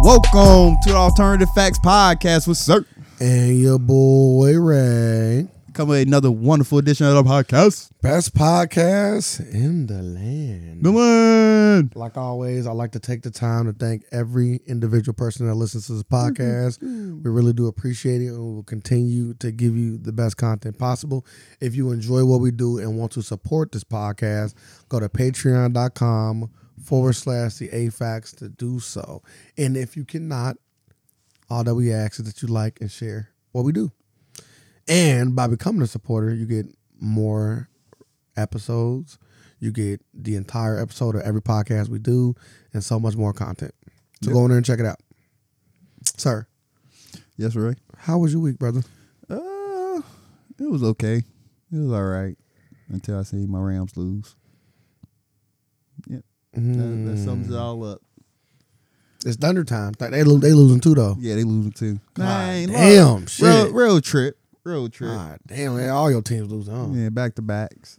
Welcome to the Alternative Facts Podcast with Sir. And your boy Ray. Come with another wonderful edition of the podcast. Best podcast in the land. Dylan. Like always, I like to take the time to thank every individual person that listens to this podcast. we really do appreciate it, and we will continue to give you the best content possible. If you enjoy what we do and want to support this podcast, go to patreon.com forward slash the AFAX to do so. And if you cannot, all that we ask is that you like and share what we do. And by becoming a supporter, you get more episodes. You get the entire episode of every podcast we do and so much more content. So go in there and check it out. Sir, Yes, Ray. how was your week, brother? Uh, it was okay. It was all right until I see my Rams lose. Yep. That, that sums Hmm. it all up. It's thunder time. Like, They, lo- they losing too, though. Yeah, they losing too. Dang, look. damn, shit. Real, real trip. Real trip. God damn, man, all your teams losing. Huh? Yeah, back to backs.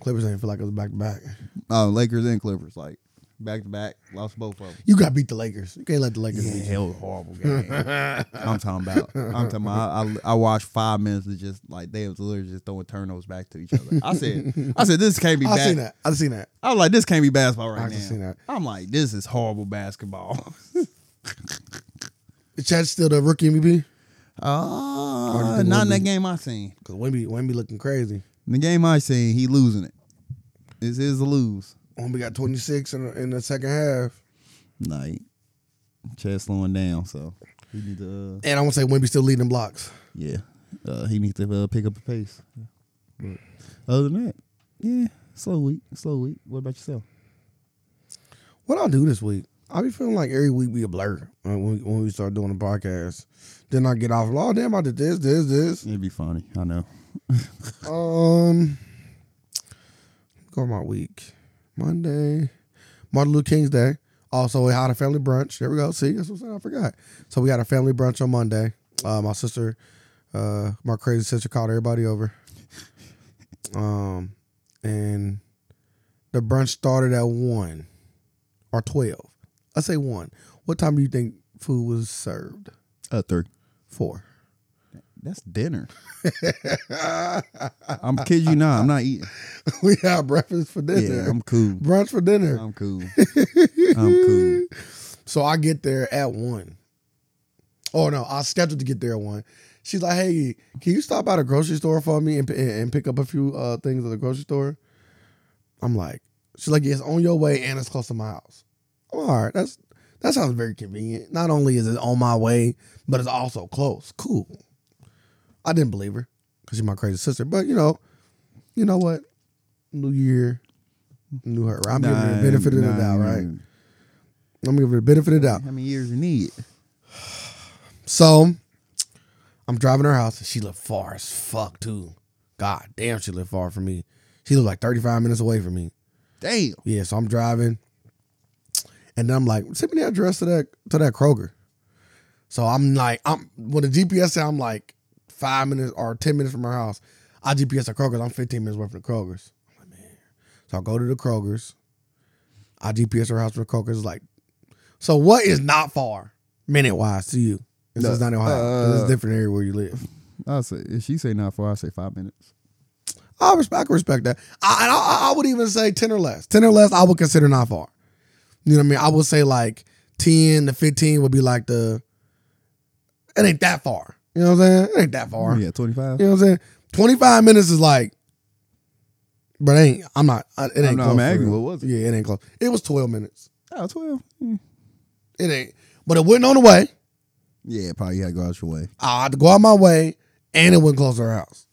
Clippers ain't feel like it was back to back. Oh, Lakers and Clippers, like back to back. Lost both of them. You got to beat the Lakers. You can't let the Lakers beat you. hell horrible game. I'm talking about. I'm talking about. I, I, I watched five minutes of just like they was literally just throwing turnovers back to each other. I said, I said this can't be. I bad. seen that. I seen that. I was like, this can't be basketball right I now. just seen that. I'm like, this is horrible basketball. Is Chad still the rookie MVP? Uh, think not in Wemby- that game I seen. Because Wimby, Wimby looking crazy. In the game I seen, he losing it. It's his to lose. Wimby got 26 in the, in the second half. Like, Chad slowing down, so he need to. Uh, And I want to say Wimby still leading in blocks. yeah, uh, he needs to uh, pick up the pace. But other than that, yeah, slow week, slow week. What about yourself? What I'll do this week, I'll be feeling like every week be a blur when we, when we start doing the podcast. Then I get off, oh damn, I did this, this, this. It'd be funny. I know. Um, go on my week. Monday, Martin Luther King's Day. Also, we had a family brunch. There we go. See, that's what I'm saying. I forgot. So we had a family brunch on Monday. Uh, my sister, uh, my crazy sister called everybody over. Um, and the brunch started at one or twelve. I say one. What time do you think food was served? Uh, three. Four. That's dinner. I'm kidding you not. I'm not eating. we had breakfast for dinner. Yeah, I'm cool. brunch for dinner. I'm cool. I'm cool. So I get there at one. Oh no, I scheduled to get there at one. She's like, "Hey, can you stop by the grocery store for me and, and, and pick up a few uh, things at the grocery store?" I'm like, "She's like, it's on your way and it's close to my house." I'm like, all right, that's that sounds very convenient. Not only is it on my way, but it's also close. Cool. I didn't believe her because she's my crazy sister, but you know, you know what? New year, new her. I'm giving her the benefit of the doubt, right? I'm gonna give her the benefit of the doubt. How many years you need? So I'm driving her house. and She lived far as fuck too. God damn, she lived far from me. She lived like 35 minutes away from me. Damn. Yeah, so I'm driving. And then I'm like, send me the address to that to that Kroger. So I'm like, I'm when the GPS said I'm like five minutes or ten minutes from her house, I GPS to Kroger's. I'm 15 minutes away from the Kroger's. I'm like, man. So I go to the Kroger's. I GPS her house from the Kroger's. Like, so what is not far minute wise to you? This is not in Ohio. 'cause uh, it's different area where you live. I say if she say not four, I say five minutes. I respect, I can respect that. I, and I I would even say ten or less. Ten or less, I would consider not far. You know what I mean? I would say like ten to fifteen would be like the. It ain't that far. You know what I'm saying? It ain't that far. Yeah, twenty five. You know what I'm saying? Twenty five minutes is like, but it ain't. I'm not. I- It ain't. I'm not- close I'm for asking, real. what was it? Yeah, it ain't close. It was twelve minutes. Oh, 12. Mm. It ain't. But it wasn't on the way. Yeah, probably you had to go out your way. I had to go out my way, and it went close to her house.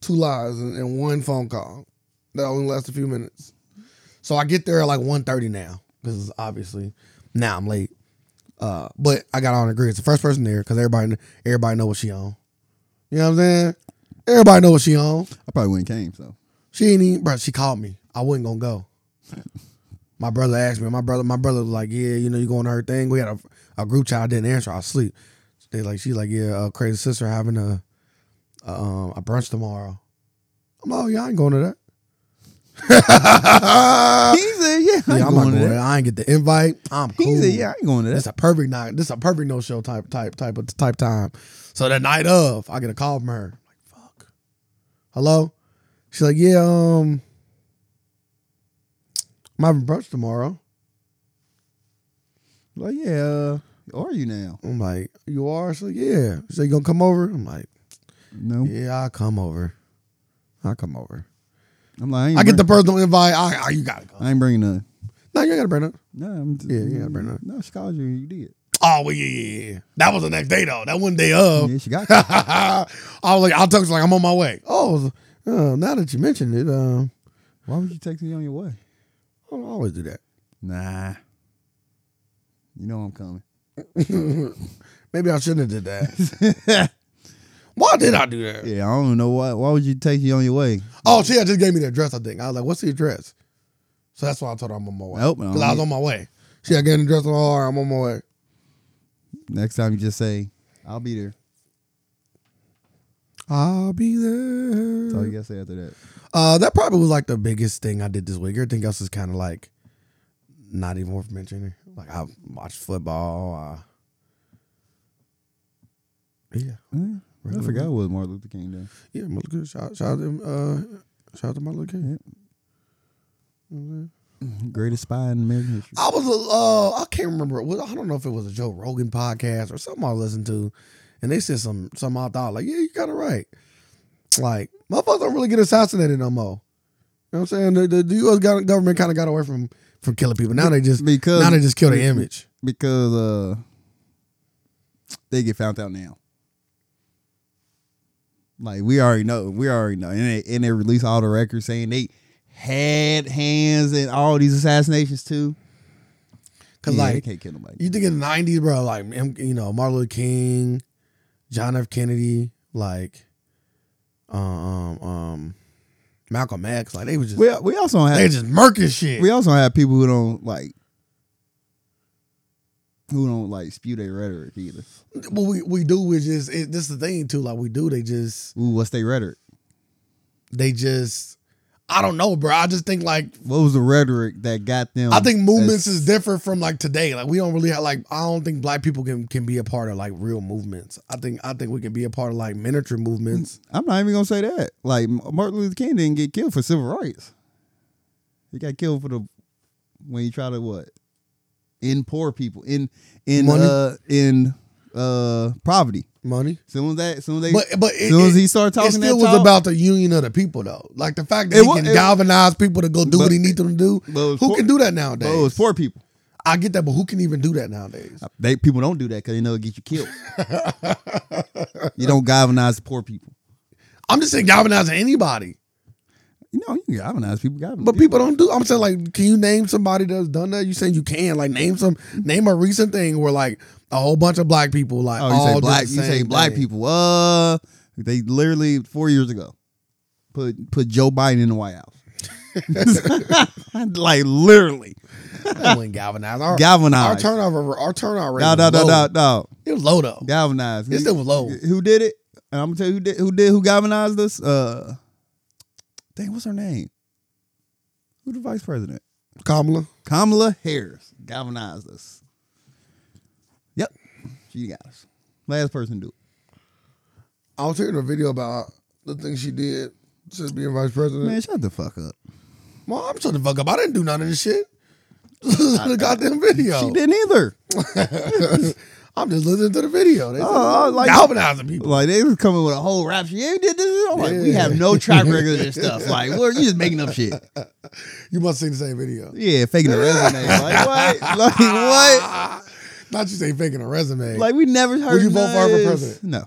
Two lies and, and one phone call that only lasted a few minutes. So I get there at like 1.30 now because obviously now I'm late. Uh, but I got on the grid. It's the first person there because everybody everybody know what she on. You know what I'm saying? Everybody know what she on. I probably wouldn't came, so. She ain't even, bro. She called me. I wasn't gonna go. My brother asked me. My brother, my brother was like, "Yeah, you know, you going to her thing." We had a, a group chat. I didn't answer. I was asleep. They like, she's like, "Yeah, uh, crazy sister having a, a um a brunch tomorrow." I'm like, "Oh yeah, I ain't going to that." He said, "Yeah, I ain't Uh, yeah, going I'm not to going. that. I ain't get the invite. I'm cool. He said, "Yeah, I ain't going to This that." a perfect night. This a perfect no show type type type of type time. So the night of, I get a call from her. I'm like, fuck. Hello? She's like, yeah, um, I'm having brunch tomorrow. Like, yeah, uh, are you now? I'm like, you are? She's like, yeah. She's like, you gonna come over? I'm like, No, yeah, I'll come over. I'll come over. I'm like, I, ain't I get the bring- personal invite. I, I- you gotta go. I ain't bringing none. No, you ain't gotta bring it. No, I'm just, Yeah, you gotta bring none. No, she called you. and You did. Oh, well, yeah, yeah, yeah. That was the next day though. That one day of. Yeah, she got. you. I was like, I'll text like I'm on my way. Oh, uh, now that you mentioned it, um, Why would you text me on your way? I don't always do that. Nah. You know I'm coming. Maybe I shouldn't have did that. Why did I do that? Yeah, I don't know why. Why would you text me on your way? Oh, she had just gave me the address. I think I was like, "What's the address?" So that's why I told her I'm on my way. Nope, I don't because I was need- on my way. She had given the address. I'm like, All right, I'm on my way. Next time you just say, "I'll be there." I'll be That's all you there. gotta say after that. Uh, that probably was like the biggest thing I did this week. Everything else is kind of like not even worth mentioning. Like I watched football. Uh, yeah. Yeah, I Regular forgot what Martin Luther King Day. Yeah, Martin Luther King. Shout, shout out to him. Uh, shout out to Martin Luther King. Greatest spy in American history. I was a, uh, I can't remember. Well, I don't know if it was a Joe Rogan podcast or something I listened to, and they said some some I thought like, yeah, you got it right. Like motherfuckers don't really get assassinated no more. You know what I'm saying? The, the, the U.S. go- government kind of got away from from killing people. Now they just Because- now they just kill the image. Because uh, they get found out now. Like we already know, we already know, and they, and they release all the records saying they had hands in all these assassinations too. Cause Yeah, they like can't kill nobody. you think in the '90s, bro, like M- you know Martin Luther King, John F. Kennedy, like um um Malcolm X, like they was just we we also don't have they just murking shit. we also have people who don't like who don't like spew their rhetoric either. What we we do we just it, this is the thing too. Like we do, they just Ooh, what's their rhetoric? they just I don't know, bro. I just think like What was the rhetoric that got them? I think movements as- is different from like today. Like we don't really have like I don't think black people can can be a part of like real movements. I think I think we can be a part of like miniature movements. I'm not even gonna say that. Like Martin Luther King didn't get killed for civil rights. He got killed for the when he tried to what in poor people in in Money? uh in uh poverty. Money. Soon as that soon as they But but it, soon as it- he started talking it still that was talk- about the union of the people though. Like the fact that It he wa- can it- galvanize people to go do what But- he needs them to do. but it was Who poor- can do that but it was nowadays? Oh, poor people. I get that, but who can even do that nowadays? They people don't do that because they know it'll get you killed. you don't galvanize the poor people. I'm just saying galvanizing anybody. You know, you can galvanize people. Galvanize But people don't do. I'm saying like, can you name somebody that's done that? You saying you can like name some name a recent thing where like a whole bunch of black people like Oh, you all say did black? the You say same black thing. people? Uh, they literally four years ago put put Joe Biden in the White House. like literally That wouldn't galvanize our, our galvanized. turnover. Our turnover rate. No, was no, no, low. no, no. It was low though. Galvanized. It still was low. Who did it? And I'm gonna tell you who did. Who did? Who galvanized us? Uh, dang, what's her name? Who the vice president? Kamala. Kamala Harris galvanized us. Yep, she got us. Last person to do it. I was hearing a video about the thing she did since being vice president. Man, shut the fuck up. Mom, I'm shut the fuck up. I didn't do none of this shit. the goddamn video. Uh, She didn't either. I'm just listening to the video. They Oh, said, like- galvanizing people. Like they was coming with a whole rap. She ain't did this. I'm like, we Yeah. have no track record of this stuff. Like, what you just making up shit? You must have seen the same video. Yeah, faking a resume. Like what? Like what? Not you say faking a resume. Like we never heard. you vote for her none of for this. president? No.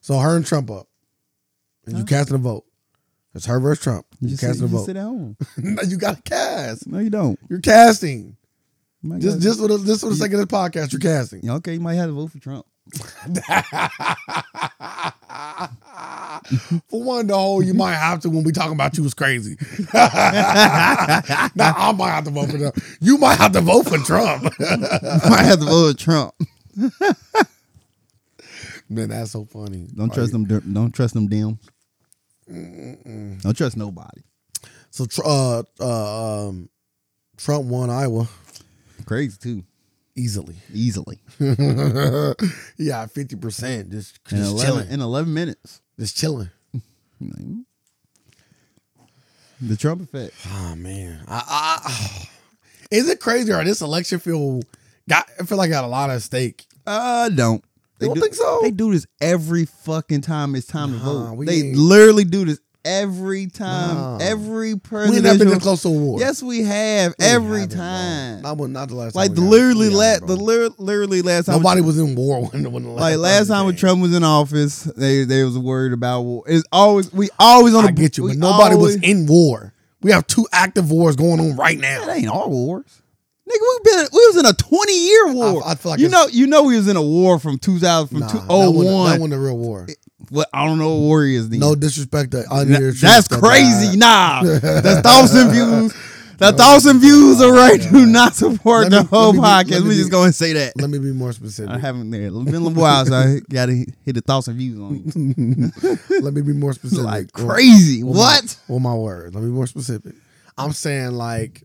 so her and Trump up. And you casting a vote. It's her versus Trump. You, just casting sit, a you vote. sit at home. no, you gotta cast. No, you don't. You're casting. My Just God. just for the just for the sake of this podcast, you're casting. Yeah, okay, you might have to vote for Trump. For one, the whole you might have to when we talking about you was crazy. nah, I might have to vote for Trump. You might have to vote for Trump. might have to vote for Trump. Man, that's so funny. Don't trust them. dir- Don't trust them. Damn. Mm-mm. Don't trust nobody. So tr- uh, uh, um, Trump won Iowa Crazy too, easily. easily. yeah, fifty percent. Just In just eleven chilling. in eleven minutes. Just chilling. I'm like, mm. The Trump effect. Oh man, I, I, is it crazy or this election feel got? I feel like got a lot at stake. Uh don't. You don't think so? They do this every fucking time it's time to Nah, vote. we They ain't- literally do this every time. Nah. Every We presidential. ain't never been this close to a war. Yes, we have We every haven't, bro. time. Not when- not the last. Like time the we got- literally we got last it, the bro. lir- literally last time. Nobody was in war when, when the last like last time when came. Trump was in office, they they was worried about war. It's always we always on. the I get you, we but nobody always, was in war. We have two active wars going on right now. That ain't our wars. Nigga, we been we was in a twenty year war. I feel like you it's- know you know we was in a war from two thousand from Nah, two that oh wasn't- That one. wasn't a real war. What I don't know what war is then. No disrespect to N- under that's crazy. Nah, the thousand views, the thousand views are right. Do not support Let the me- whole let me be- podcast. let We me just be- going to say that. Let me be more specific. I haven't there. It's been a while, so I got to hit a thousand views on you. Let me be more specific. Like Well, crazy. Well, my- What? Well, my word. Let me be more specific. I'm saying like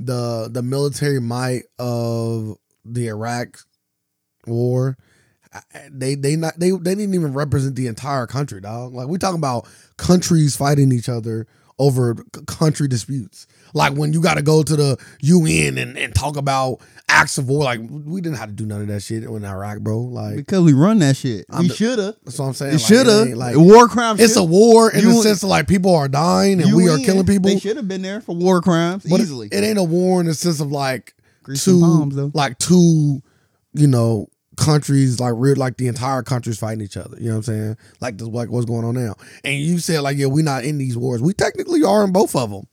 the the military might of the Iraq war. I- I- They they not they they didn't even represent the entire country, dog. Like we talking about countries fighting each other over c- country disputes. Like when you got to go to the UN and, and talk about acts of war. Like we didn't have to do none of that shit in Iraq, bro. Like Because we run that shit. I'm we the- should have. that's what I'm saying. It Like, should have. ain't, Like war crimes. it's a war in the You- sense of like people are dying and we are killing people. They should have been there for war crimes But easily. It ain't a war in the sense of like Grease some two palms, though. like two, you know, countries like real like the entire country's fighting each other. You know what I'm saying? Like this like what's going on now. And you said like, yeah, we're not in these wars. We technically are in both of them.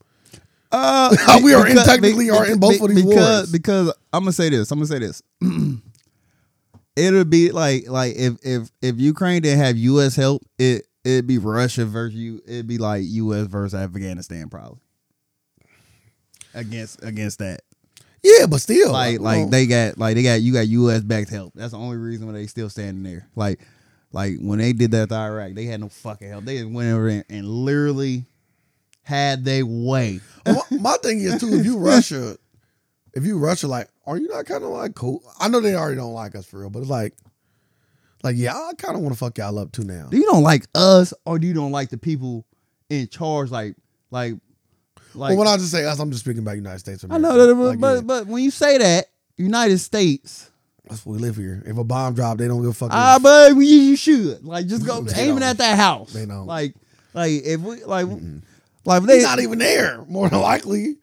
Uh, We are in- technically are in both of these because, wars. Because I'm gonna say this. I'm gonna say this. It'll be like like if if if Ukraine didn't have U.S. help, it it'd be Russia versus you. It'd be like U.S. versus Afghanistan probably. Against against that, Yeah, but still. like well, like they got like they got you got U.S. backed help. That's the only reason why they still standing there. Like like when they did that to Iraq, they had no fucking help. They just went over there and literally had their way. my, my thing is too, if you Russia, if you Russia, like, are you not kind of like cool? I know they already don't like us for real, but it's like like yeah, I kind of want to fuck y'all up too now. Do you don't like us or do you don't like the people in charge? Like, like, like. well, when I just say us, I'm just speaking about United States. Of I America. know that, but, Like, but, yeah, but when you say that, United States, that's what we live here. If a bomb drop, they don't give a fuck. ah, but you, you should like just go They aiming don't. at that house. They don't. like, like if we like, like if they they not even there. More than likely,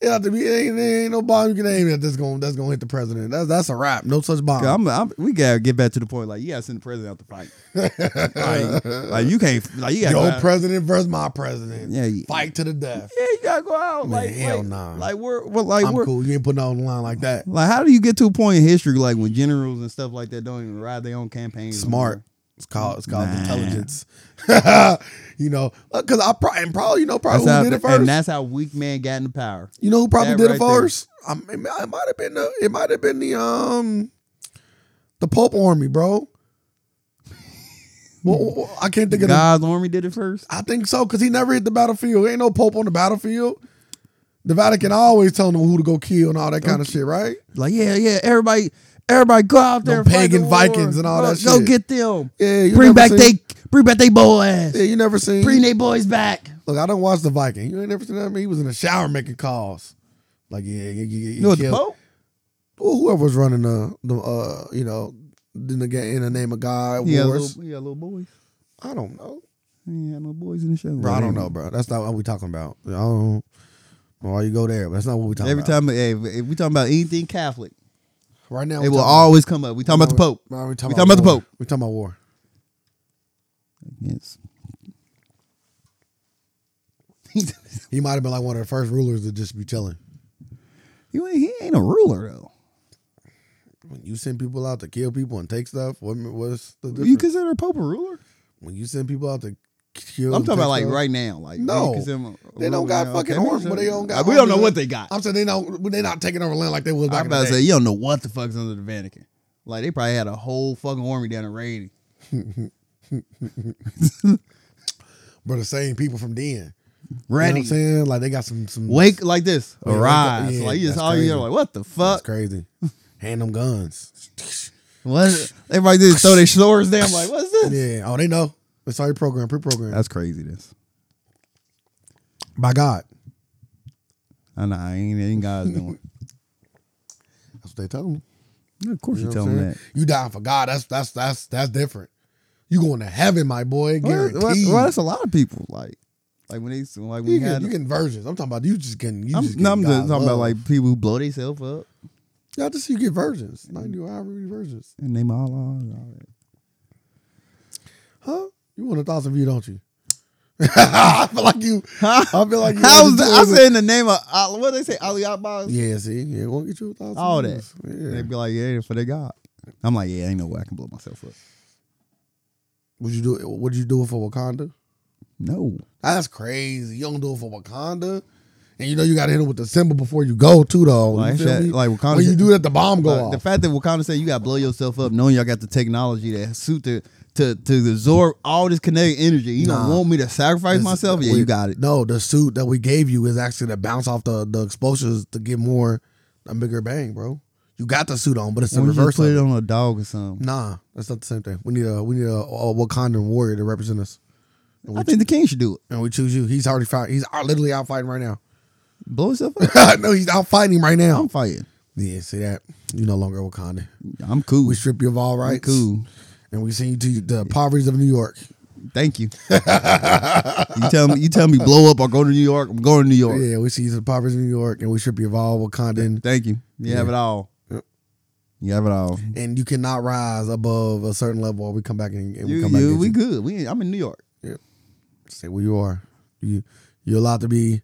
it have to be. There ain't, there ain't no bomb you can aim at that's going that's going to hit the president. That's that's a wrap. No such bomb. I'm, I'm, we gotta get back to the point. Like, you gotta send the president out to fight. like, like, you can't. Like, you gotta. Your go out- president versus my president. yeah, you, Fight to the death. yeah, you gotta go out. Man, like, hell like, nah. like we're, we're like I'm we're, cool. You ain't putting out on the line like that. Like, how do you get to a point in history like when generals and stuff like that don't even ride their own campaigns? Smart. It's called it's called Nah. intelligence. you know, because I probably and probably you know That's probably how, who did it and first. that's how weak man got into power. You know who probably That did right it first? I mean, it might have been the it might have been the um the Pope Army, bro. well, well, well, I can't think of. The, God's army did it first. I think so because he never hit the battlefield. Ain't no Pope on the battlefield. The Vatican always telling them who to go kill and all that kind of shit, right? Like, yeah, yeah, everybody, everybody, go out there, Them and fight pagan the war. Vikings and all go, that Go shit. get them. Yeah, you Bring never back seen- they, bring back they boy ass. Yeah, you never seen. Bring they boys back. Look, I don't watch the Viking. You ain't never seen that. Man. He was in the shower making calls. Like yeah, yeah, yeah. You know what the Pope? Well, whoever was running the, the uh, you know, in the ga- in the name of God Yeah, wars. little, yeah, little boys. I don't know, Yeah, no boys in the show. bro. I don't know, bro. That's not what we talking about. I don't know why you go there, but that's not what we talking Every about. time, hey, if if we talking about anything Catholic, right now, it we will talking always come up. We talking about the Pope. Nah, we We talking about the war. Pope. We talking about war. Yes. He might have been like one of the first rulers to just be chilling. You ain't, he ain't a ruler though. When you send people out to kill people and take stuff, what what's the difference? You consider a pope a ruler? when you send people out to kill, I'm and talking take about like stuff, right now. Like No. you consider them a They don't ruler got now? fucking Okay, arms, but they don't got We don't arms know in what the- they got. I'm saying they don't. They not taking over land like they was back I'm in the about to day. say you don't know what the fuck's under the Vatican. Like they probably had a whole fucking army down there raiding. but the same people from then. Ready. You know what I'm saying? Like they got some some Wake like this. Yeah, wake up. Arise. Yeah, like you just that's all you crazy. are like, what the That's fuck? crazy. Hand them guns. What? Everybody just throw their swords down. like, what's this? Yeah. Oh, they know. It's already programmed, pre-programmed. That's craziness. by God. I know. I ain't, ain't God's doing. That's what they tell them. of course You, you, know tell what I'm them saying? that. You dying for God. That's that's that's that's different. You going to heaven, my boy. Well, Guaranteed. well, well, that's a lot of people. Like, like when they like when you you get, had. you getting virgins. I'm talking about you just getting. You I'm, just no, I'm getting just God's talking about love. like people who blow themselves up Yeah, just you get virgins. Ninety however many virgins. and they all on. All that. Huh? You want a thousand view, don't you? I feel like you. Huh? I feel like you. How's that? I said in the name of Al- what they say, Ali Abbas. Yeah, see, yeah, won't get you a thousand. All that. views. Yeah. They'd be like, yeah, for their God. I'm like, yeah, ain't no way I can blow myself up. Would you do it? Would you do it for Wakanda? No, That's crazy. You don't do it for Wakanda, and you know you got to hit him with the symbol before you go too, though. You like, feel that, me? like Wakanda. when you do that, the bomb go like, off. The fact that Wakanda said you got to blow yourself up, knowing y'all got the technology that suit to to to absorb all this kinetic energy. You don't Nah. want me to sacrifice This- myself? Yeah, we- you got it. No, the suit that we gave you is actually to bounce off the the explosives to get more a bigger bang, bro. You got the suit on, but it's the Why don't you reverse. put of it it. on a dog or something. Nah, that's not the same thing. We need a we need a, a Wakandan warrior to represent us, No. I think the king should do it. and we choose you. He's already fight. He's out- literally out fighting right now. Blow himself up. no, he's out fighting right I'm now. fighting. Yeah, see that you no longer Wakandan. I'm cool. We strip you of I'm all rights, cool. and we send you to the poverties of New York. Thank you. you tell me. You tell me. Blow up or go to New York. I'm going to New York. Yeah, we send you to the poverties of New York, and we strip you of all Wakandan, Thank you. You have it all. Yep. You have it all. and you cannot rise above a certain level, or we come back and, and we You, come back. you, and we get you. good. We, I'm in New York. Say where you are. You you're allowed to be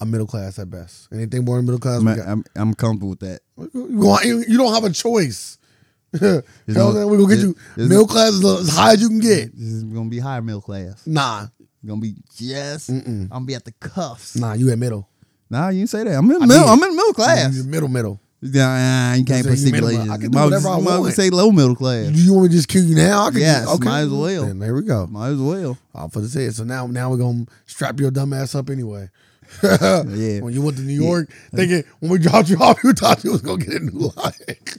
a middle class at best. Anything more than middle class, I'm, we got, I'm, I'm comfortable with that. You want- you- you don't have a choice. Hell, no- man, we gonna get there- you there's middle class as- as high as you can get. This is gonna be higher middle class. Nah, Gonna be yes. I'm gonna be at the cuffs. nah, you at middle. Nah, you say that. I'm in I middle. did. I'm in middle You class. middle, middle. Nah, you can't You put say you middle- stipulations. I can do Might as- whatever I might as well want. Say low middle Do class. you want me to just kill you now? I could Yes, just, might as well. Then there we go. Might as well. Off for the head. So now, now we're gonna strap your dumb ass up anyway. Yeah. When you went to New York, thinking when we dropped you off, you thought you was gonna get a new life.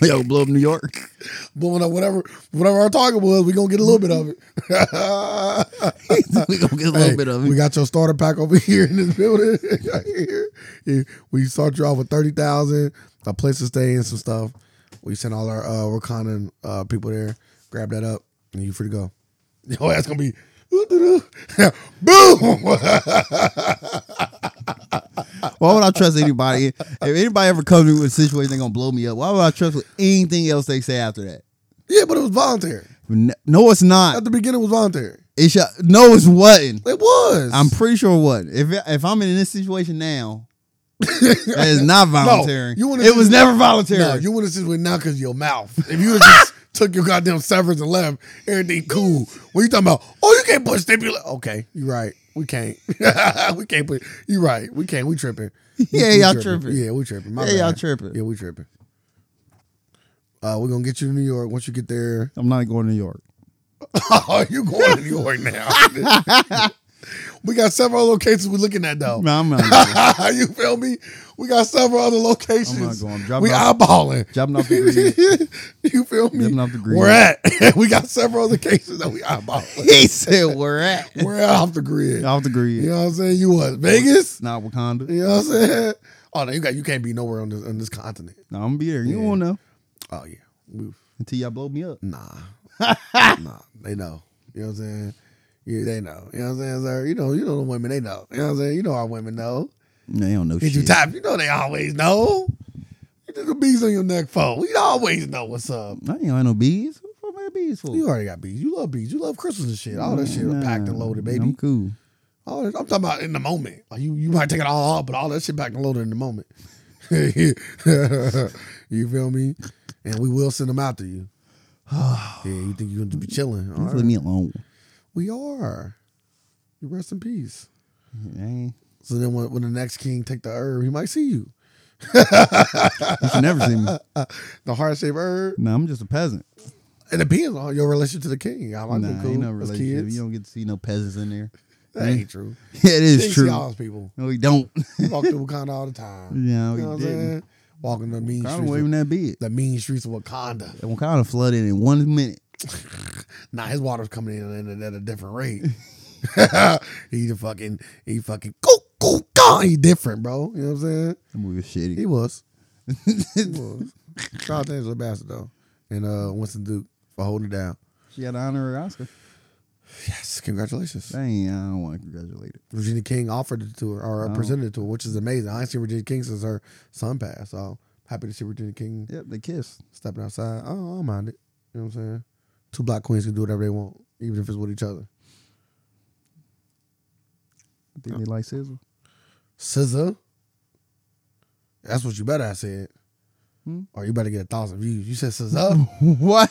Yo, blow up New York. Blowing up whatever, whatever our target was, we gonna get a little bit of it. we gonna get a little Hey, bit of We it. got your starter pack over here in this building. Right here. Yeah, we start you off with thirty thousand, a place to stay and some stuff. We send all our uh, Wakandan uh, people there. Grab that up, and you free to go. Your ass gonna be boom. Why would I trust anybody? if anybody ever comes to me with a situation they're gonna blow me up, why would I trust with anything else they say after that? yeah, but it was voluntary. N- No, it's At not. the beginning, it was voluntary. It's no, it's wasn't. It was. I'm pretty sure what if if I'm in this situation now, that is not voluntary. you wanna it was do- never voluntary. No, you want to sit with now because your mouth. If you would've just took your goddamn severance and left, everything cool. What you talking about? Oh, you can't put stipulate. Okay, you right. We can't. we can't put. You right. We can't. We tripping. We- Yeah, we y'all tripping. Yeah, we tripping. My Yeah, y'all bad. tripping. Yeah, we tripping. Uh, we're gonna get you to New York. Once you get there, I'm not going to New York. oh, you going to New York now? we got several locations we're looking at though. No, I'm not. Going. you feel me? We got several other locations. I'm not going. Drop we it off- eyeballing. Dropping off the green. you feel me? Dropping off the grid. We're at. we got several other cases that we eyeballing. He said, "We're at We're at off the grid. off the You grid, know what I'm saying? You what? Vegas? not Wakanda." You know what I'm saying? Oh no, you got you can't be nowhere on this on this continent. No, I'm gonna be there. You won't know Oh yeah. We, until y'all blow me up. nah. nah. They know. You know what I'm saying? Yeah, they know. You know what I'm saying, sir? You know, you know the women, they know. You know what I'm saying? You know our women know. No, they don't know Did you shit. tap? You know they always know. You did the bees on your neck for. We always know what's up. I ain't got no bees. What am I bees for? You already got bees. You love bees. You love crystals and shit. All that shit are packed and loaded, I'm baby. cool. All that, I'm talking about in the moment. Like you, you might take it all out, but all that shit packed and loaded in the moment. you feel me? And we will send them out to you. yeah, you think you're going to be chilling? All Just right. leave me alone. We are. You rest in peace. I ain't- So then, when, when the next king take the herb, he might see you. You should never see me. The heart shaped herb. No, I'm just a peasant. It depends on your relationship to the king. I might Nah, be cool ain't no as relationship. kids. You don't get to see no peasants in there. that ain't true. Yeah, it is You see all true. those people. No, we don't. We walk through Wakanda all the time. no, You know what we I'm didn't. saying? Walking the mean Wakanda streets. waving Of, that beard. the mean streets of Wakanda. That Wakanda flooded in one minute. Nah, his water's coming in at, at a different rate. he the fucking he fucking go go go. He different, bro. You know what I'm saying? That movie was He shitty. was. He was. Shout out to Angela Bassett though, and uh, Winston Duke for holding it down. she had an honorary Oscar. Yes, congratulations. Dang, I don't want to congratulate her. Virginia King offered it to her or presented it to her, which is amazing. I ain't seen Virginia King since her son passed, so happy to see Virginia King Yep, they kissed. stepping outside. Oh, I don't mind it. You know what I'm saying? Two black queens can do whatever they want, even if it's with each other. I think they like Sizzle. Scissor. That's what you better have said. Hmm? Or you better get a thousand views. You said Scissor. What?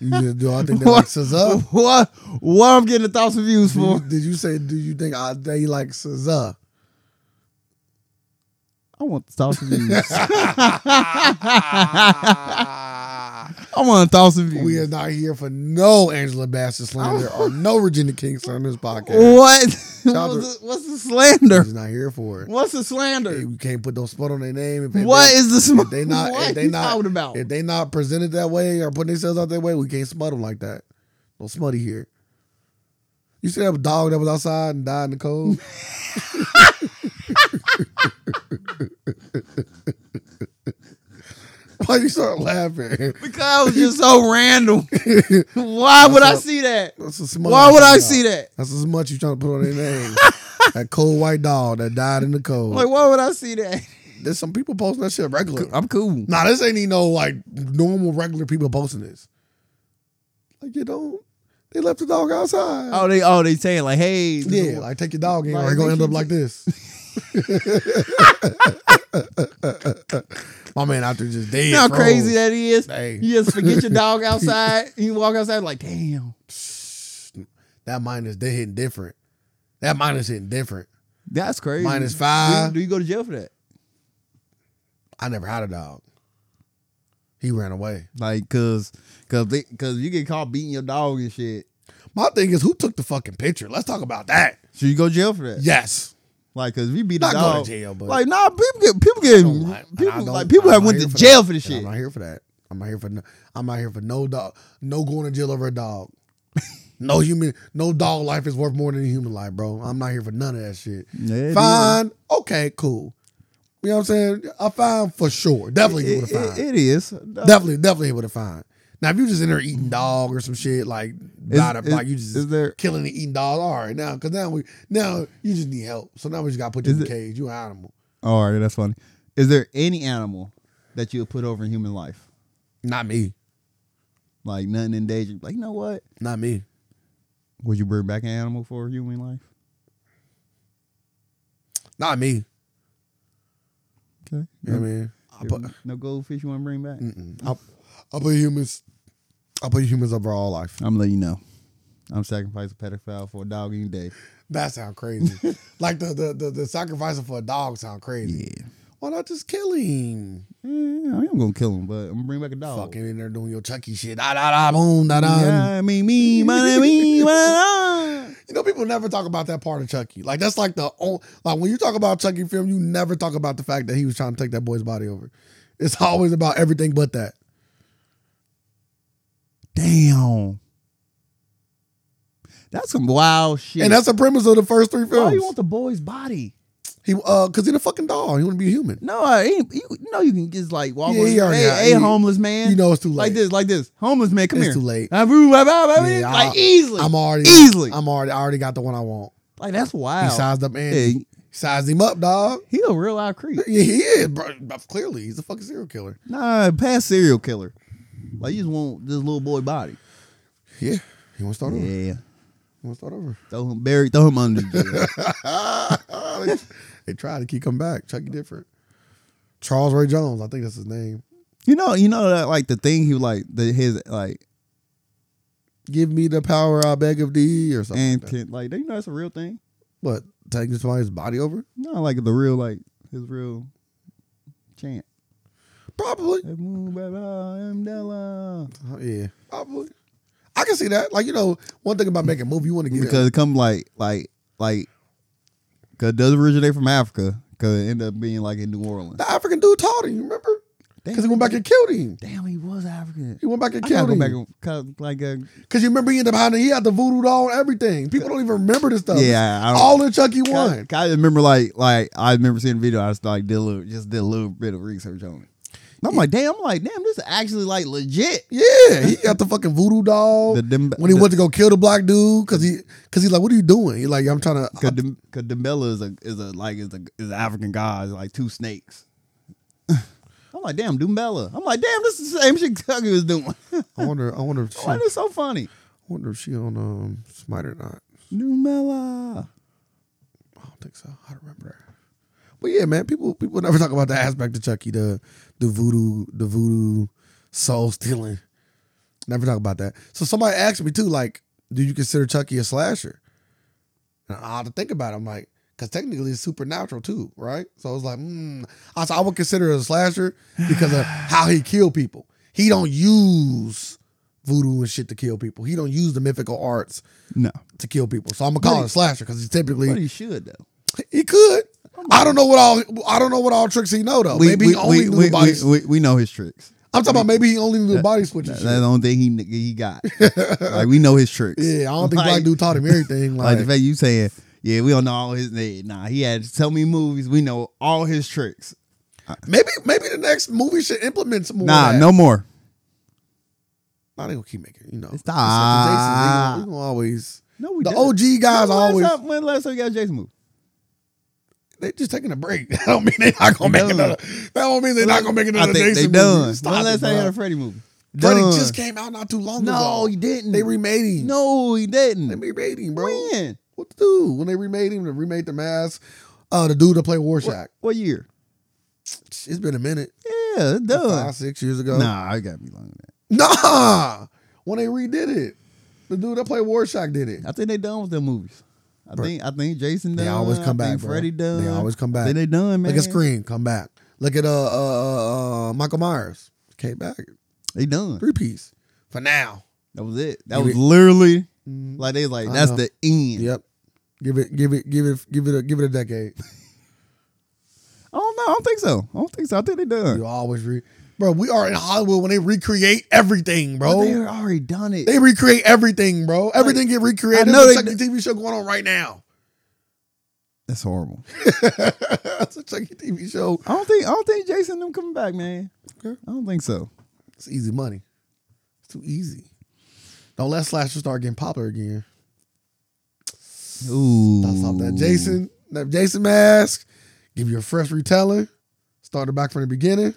you just do I think they What? like Scissor? what? What I'm getting a thousand views Do you- for? Did you say do you think I they like Scissor? I want a thousand views. I want a thousand views. We are not here for no Angela Bassett slander or no Regina King slander on this podcast. What? out to- what's, the, what's the slander? He's not here for it. What's the Hey, slander? we can't put no spot on their name. If they- What is the if sm- they not? What if they you not talking about? If they not presented that way or putting themselves out that way, we can't smut them like that. No smutty here. You see that dog that was outside and died in the cold? Why you start laughing? Because I was just so random. Why would I That's a- see that? That's a smut. Why I'm would I talking see about. that? That's as much you trying to put on their name. that cold white dog that died in the cold. Like, why would I see that? There's some people posting that shit regular. I'm cool. Nah, this ain't even no like normal regular people posting this. Like you don't. They left the dog outside. Oh, they oh they saying like, hey, this is yeah, what- like take your dog in, Like, or you gonna they end up keep- like this. My man out there just dead. you know how froze. crazy that he is. Hey. You just forget your dog outside. You walk outside like, damn. That minus they hitting different. That minus hitting different. That's crazy. Minus Do you- five. Do you, go to jail for that? I never had a dog. He ran away. Like, cause, cause, they, cause you get caught beating your dog and shit. My thing is, who took the fucking picture? Let's talk about that. Should you go to jail for that? Yes. Like, cause we beat the Not dog. go to jail, but Like, nah, people get people get don't like- and I people don't- like people I'm have not went here to for jail that. for this And shit. I'm not here for that. I'm not here for no. I'm not here for no dog. No going to jail over a dog. no human. No dog life is worth more than a human life, bro. I'm not here for none of that shit. Yeah, it is. fine. Okay. Cool. You know what I'm saying? A fine for sure. Definitely hit It- with a it- uh, fine. it is. definitely, definitely hit with a fine. Now, if you just in there eating dog or some shit like, Is- not a, is- like you just is there killing and eating dogs. All right, now because now we now you just need help. So now we just got to put you Is in a it- cage. You an animal. all right? That's funny. Is there any animal that you would put over human life? Not me. Like nothing endangered. Like you know what? Not me. Would you bring back an animal for human life? Not me. Okay. You know what I mean? I put, Mm. no goldfish you want to bring back? mm-mm. I, I put humans. I put humans over all life. I'm letting you know. I'm sacrificing a pedophile for a dog any day. That sound crazy. like the the, the the sacrificing for a dog sound crazy. Why not just kill him? Eh, I mean, I'm gonna kill him, but I'm gonna bring back a dog. Fucking in there doing your Chucky shit. Da da da boom da da. Yeah, I mean, me, my, me, my, You know, people never talk about that part of Chucky. Like that's like the only like when you talk about Chucky film, you never talk about the fact that he was trying to take that boy's body over. It's always about everything but that. Damn. That's some wild shit. And that's the premise of the first three why films. you want the boy's body? he uh cause he's a fucking dog. He wanna be a human. No, I ain't. You, you know you can just like walk Yeah, over. he already got- Hey, hey he- homeless man. You know it's too late. like this, like this. Homeless man, come It's here. too late. Ah, boo, blah, blah, blah, blah. Yeah, like I- easily. I'm already Easily. I'm already I already got the one I want. like that's He wild. sized up Hey, Andy. Sized him up, dog. He a real live creep. Yeah, he is, bro. Clearly, he's a fucking serial killer. Nah, past serial killer. Like you just want this little boy body. Yeah. He wants to start over. He Yeah. wants to start over. Throw him bury throw him under the jail. they, they tried to keep coming back. Chucky different. Charles Ray Jones, I think that's his name. you know, you know that like the thing he was like the his like Give me the power, I beg of thee, or something. and Like that. can, like you know that's a real thing. What taking somebody's body over? No, like the real like his real chant. Probably. Let's move, baby, Mandela. Uh, yeah. Probably. I can see that. Like, you know, one thing about making a movie, you want to get Because it come like like like cause it does originate from Africa. Cause it ended up being like in New Orleans. the African dude taught him, you remember? Damn. Because he went back and killed him. Damn, he was African. He went back and I gotta go killed back him. and cause like uh, Because you remember he ended up hiding, he had the voodoo doll and everything. People don't even remember this stuff. Yeah, I don't- All in Chucky I, one. I remember like like I remember seeing the video. I just like did a little, just did a little bit of research on it. And I'm like, damn, I'm like, damn, this is actually like legit. Yeah, he got the fucking voodoo doll. The dem- when he the- went to go kill the black dude, because he, because he's like, "What are you doing?" He's like, "I'm trying to." Cause, Dem- cause Dembella is a is a like is a is an African god. It's like two snakes. I'm like, damn, Dumbella. I'm like, damn, this is the same shit Tuggy was doing. I wonder. I wonder. If she, Why this so funny? wonder if she on um Smite or not. Dumbella. I don't think so. I don't remember. But yeah, man, people people never talk about the aspect of Chucky, the the voodoo, the voodoo soul stealing. Never talk about that. So somebody asked me too, like, do you consider Chucky a slasher? And I had to think about it. I'm like, because technically it's supernatural too, right? So I was like, mm. I said I would consider it a slasher because of how he killed people. He don't use voodoo and shit to kill people. He don't use the mythical arts No, to kill people. So I'm gonna call But it a slasher because he's typically but he should though. he could. I don't know what all I don't know what all tricks he know though. Oh, maybe he only knew we, the body. we, we, we know his tricks. I'm talking about maybe he only knew the body switches. That's the only thing he kn- he got. like we know his tricks. Yeah, I don't think black Like- dude taught him everything. Like Like, the fact you saying, yeah, we don't know all his name. Nah, he had so many movies. We know all his tricks. maybe maybe the next movie should implement some more. Nah, of that. no more. Nah, they gonna keep making. You know, it's Stop. like the Jason, they gonna- they gonna always No, we the don't. OG guys When always Last time, when last time you got a Jason movie? they just taking a break. I don't mean they're not gonna make done. another. That don't mean they're not gonna make another. I think Jason they movie. done. Stop When it, last time you bro. had a Freddy movie? Freddy Done. just came out not too long ago. No, he didn't. They remade him. no, he they didn't. remade him, bro. When? What to do when they remade him? They remade the mask. Uh, the dude that played Warshack. What year? It's been a minute, Yeah, it's done. five six years ago. Nah, I gotta be longer than Nah, when they redid it, the dude that played Warshack did it. that. I think they done with their movies. I Bro. think I think Jason They done. always come I back, think bro. Freddy done. They always come I back. think they done, man. Look at Scream, come back. Look at uh uh, uh, uh Michael Myers, came back, They done. three piece for now. That was it. That You was re- literally like they like I that's know. the end. Yep, give it, give it, give it, give it, a, give it a decade. I don't know. I don't think so. I don't think so. I think they done. You always re, bro. We are in Hollywood when they recreate everything, But bro. they already done it. They recreate everything, bro. Everything get recreated. I know There's a they- Chucky TV show going on right now. that's horrible. it's a Chucky TV show. I don't think I don't think Jason and them coming back, man. Okay. I don't think so. It's easy money. It's too easy. Don't let slashers start getting popular again. Ooh. Stop stop that Jason, that Jason mask. Give you a fresh retelling. Start it back from the beginning.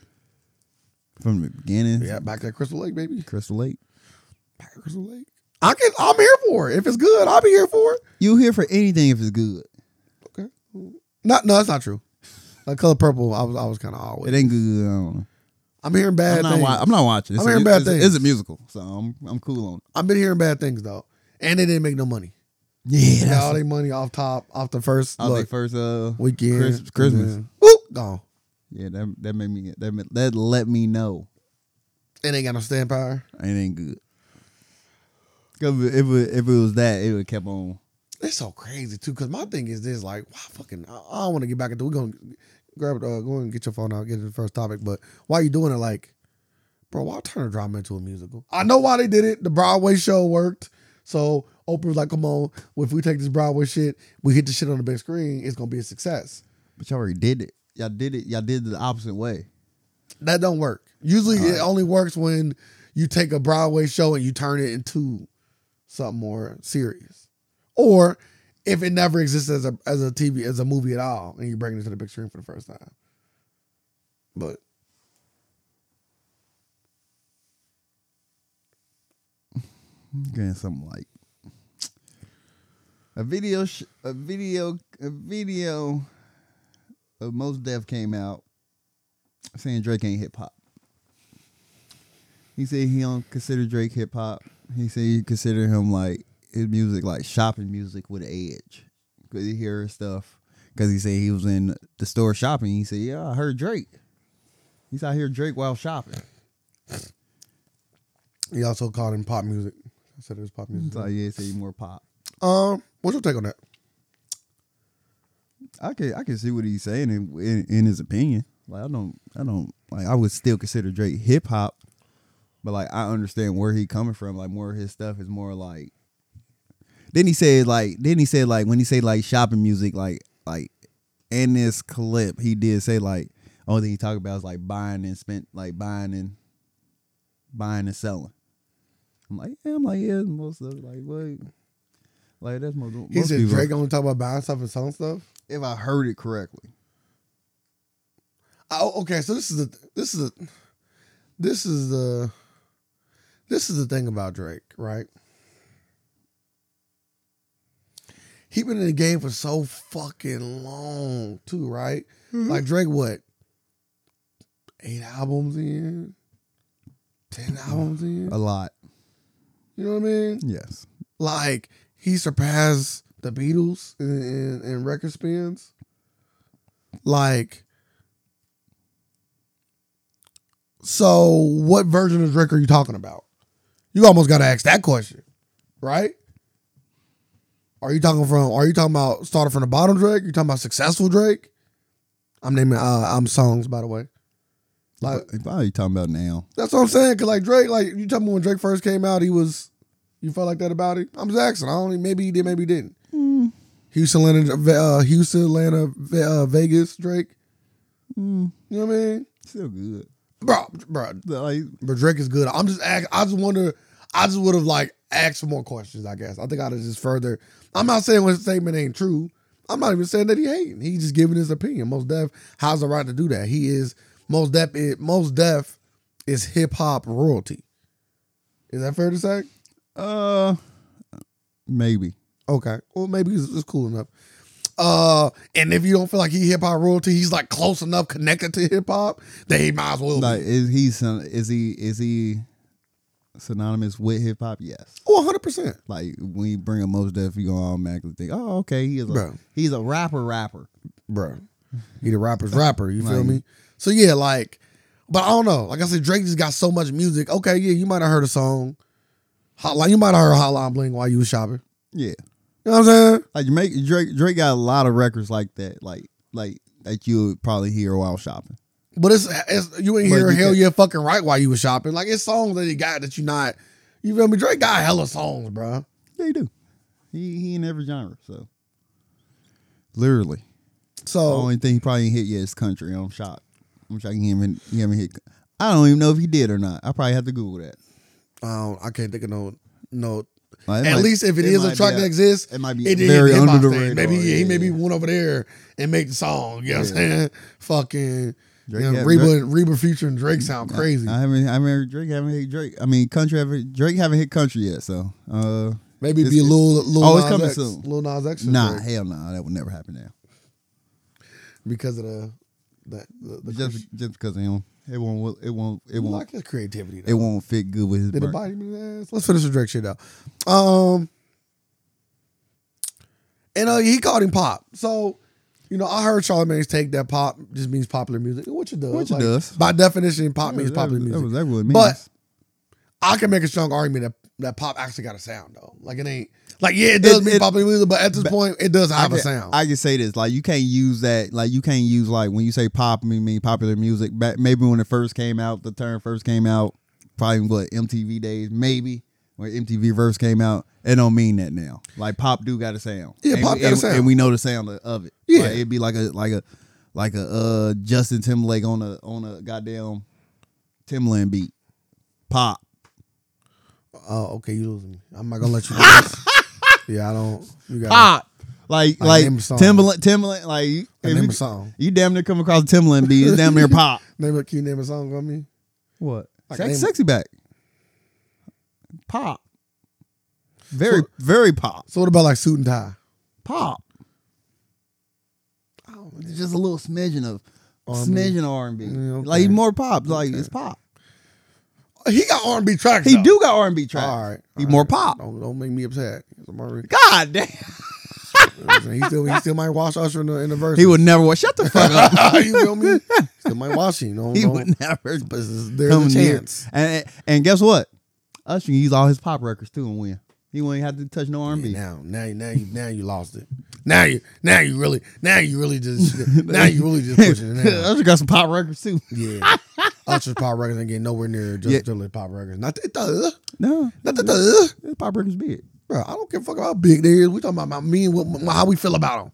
From the beginning. Yeah, back at Crystal Lake, baby. Crystal Lake. Back at Crystal Lake. I can. I'm here for it. If it's good, I'll be here for it. You here for anything if it's good. Okay. Not. No, that's not true. Like color purple, I was. I was kind of It always. ain't good. I don't know. I'm hearing bad I'm not, things. wa- I'm not watching. I'm a- hearing bad it's a- things. It's a musical, so I'm I'm cool on it. I've been hearing bad things though, and they didn't make no money. Yeah. They got all That's, their money off top, off the first I was like look, first uh weekend, Chris- and Christmas. then, Whoop, gone. Yeah, that that made me that ma- that let me know And they ain't got no stand power. it ain't good. 'Cause If it, if it, if it was that, it would have kept on. It's so crazy too, because my thing is this: like, why fucking? I, I don't want to get back into. We're gonna grab, uh, go and get your phone out, get to the first topic. But why you doing it? Like, bro, why turn a drama into a musical? I know why they did it. The Broadway show worked, so Oprah was like, "Come on, if we take this Broadway shit, we hit the shit on the big screen, it's gonna be a success." But y'all already did it. Y'all did it. Y'all did it the opposite way. That don't work. Usually, it only works when you take a Broadway show and you turn it into something more serious, or if it never exists as a as a TV as a movie at all, and you bring it to the big screen for the first time. But Getting something like a video, sh- a video, a video of most Def came out saying Drake ain't hip hop. He said he don't consider Drake hip hop. He said he consider him like his music like shopping music with an edge. Cause he hear his stuff. Cause he said he was in the store shopping. He said, "Yeah, I heard Drake." He's out here Drake while shopping. He also called him pop music. I said it was pop music. It's like, yeah, see more pop. Um, what's your take on that? I can I can see what he's saying in, in, in his opinion. Like I don't I don't like I would still consider Drake hip hop, but like I understand where he coming from. Like more of his stuff is more like. Then he said like then he said like when he said like shopping music like like in this clip he did say like only thing he talked about is like buying and spent like buying and buying and selling. I'm like yeah I'm like yeah most of like what like that's most, most He said people. Drake only talk about buying stuff and selling stuff. if I heard it correctly. Oh, okay. So this is the this is the this is the this is the thing about Drake, right? He been in the game for so fucking long, too, right? Like Drake, what eight albums in, ten albums in? A lot. You know what I mean? Yes. Like he surpassed the Beatles in, in, in record spins. Like, so what version of Drake are you talking about? You almost got to ask that question, right? Are you talking from? Are you talking about starting from the bottom, Drake? You talking about successful Drake? I'm naming. Uh, I'm songs, by the way. Like, Like, why are you talking about now? That's what I'm saying. Cause like Drake, like you tell me when Drake first came out, he was you felt like that about it. I'm just asking. I only maybe he did, maybe he didn't. Houston, Atlanta, uh, Houston, Atlanta, Ve- uh, Vegas, Drake. You know what I mean, Still good. bro, bro? Like, But Drake is good. I'm just ask, I just wonder. I just would have like asked for more questions. I guess. I think I'd have just further. I'm not saying his statement ain't true. I'm not even saying that he hating. He just giving his opinion. Most Def has the right to do that. He is most Def. Is, most Def is hip hop royalty. Is that fair to say? uh, maybe. Okay. Well, maybe it's, it's cool enough. Uh, and if you don't feel like he hip hop royalty, he's like close enough connected to hip hop that he might as well. Like, Like, is he syn- is he is he synonymous with hip hop? Yes. 100. Oh, percent Like when you bring a most def, you gonna automatically think, oh, okay, he is a Bro. he's a rapper, rapper. bro. He the rapper's rapper. You feel Like- me? So yeah, like, but I don't know. Like I said, Drake just got so much music. Okay, yeah, you might have heard a song. Hotline, you might have heard Hotline Bling while you was shopping. Yeah. You know what I'm saying? Like you make Drake Drake got a lot of records like that. Like like that you would probably hear while shopping. But it's, it's you ain't But hear you Hell can- Yeah fucking right while you was shopping. Like it's songs that he got that you not. You feel me? Drake got hella songs, bro. They do. He he in every genre. So literally. The So only thing he probably ain't hit yet is country. I'm shocked. I'm shocked he haven't, he haven't hit. I don't even know if he did or not. I probably have to Google that. um, I can't think of no no. Like, it At might- least if it is a might track be that a- exists, it might be it did very hit the hip-hop under the stage. radar. Maybe he, he Yeah, maybe yeah. went over there and made the song. You know what I'm Yeah. saying? Fucking Drake you know, had- Reba Drake- Reba featuring Drake sound crazy. I haven't. I haven't. Drake haven't hit Drake. I mean, country haven't. Drake haven't hit country yet. So, uh, maybe it's- be a little little Oh, Nas it's coming X, soon. Lil Nas X and nah, Drake hell nah, that would never happen now. because of the the the, the Just just because of him, it won't. wo- It won't. It you won't. like his creativity. it Though. won't fit good with his. Did it burn. bite him in the ass? Let's finish the Drake shit out. Um, and uh, he called him pop. So, you know, I heard Charlamagne's take that pop just means popular music, which it does. Which it does. By definition, pop Yeah, means that popular was- music. That was that what it means. But I can make a strong argument that, that pop actually got a sound though. Like it ain't like yeah, it does It- mean it- popular music, but at this point, it does have I can- a sound. I can say this: like you can't use that. Like you can't use like when you say pop, you mean popular music. Back maybe when it first came out, the term first came out, probably what MTV days, maybe when MTV verse came out. It don't mean that now. Like pop do got a sound. Yeah, and pop we, got a and- sound. and we know the sound of- of it. Yeah. Like, it'd be like a like a like a uh, Justin Timberlake on a on a goddamn Timberland beat. Pop. oh, okay, you losing me. I'm not gonna let you. do this. yeah, I don't. You got Pop. Like Like, like name a song. Timberland Timberland like if I name you- a song. you damn near come across Timberland B. It's damn near pop. Name a key name a song on me. What? Like, Sex, name- sexy back. Pop. Very, So- very pop. So what about like suit and tie? Pop. Oh, It's just a little smidgen of R&B. smidgen of R and B. Yeah, okay. Like more pop. Like it's pop. He got R and B tracks. He though. do got R and B tracks. All right, He all more right. pop. Don't, don't make me upset. 'Cause I'm already- God damn. he still he still might watch Usher in the, in the verse. He would never watch. Shut the fuck up. you feel me? Still might watch you. you know, He know. would never but there's come a near. chance. And and guess what? Us can use all his pop records too and win. He won't even have to touch no R&B. Now, now, you- now you, now you lost it. Now you, now you really, now you really just, now you really just pushing it. Now. Usher got some pop records too. Yeah, Usher's pop records ain't getting nowhere near Yeah. Justin Timberlake pop records. Not that, the, No, not that, the, his pop records big. bro. I don't give a fuck about how big they is. We talking about my, me and what, how we feel about them.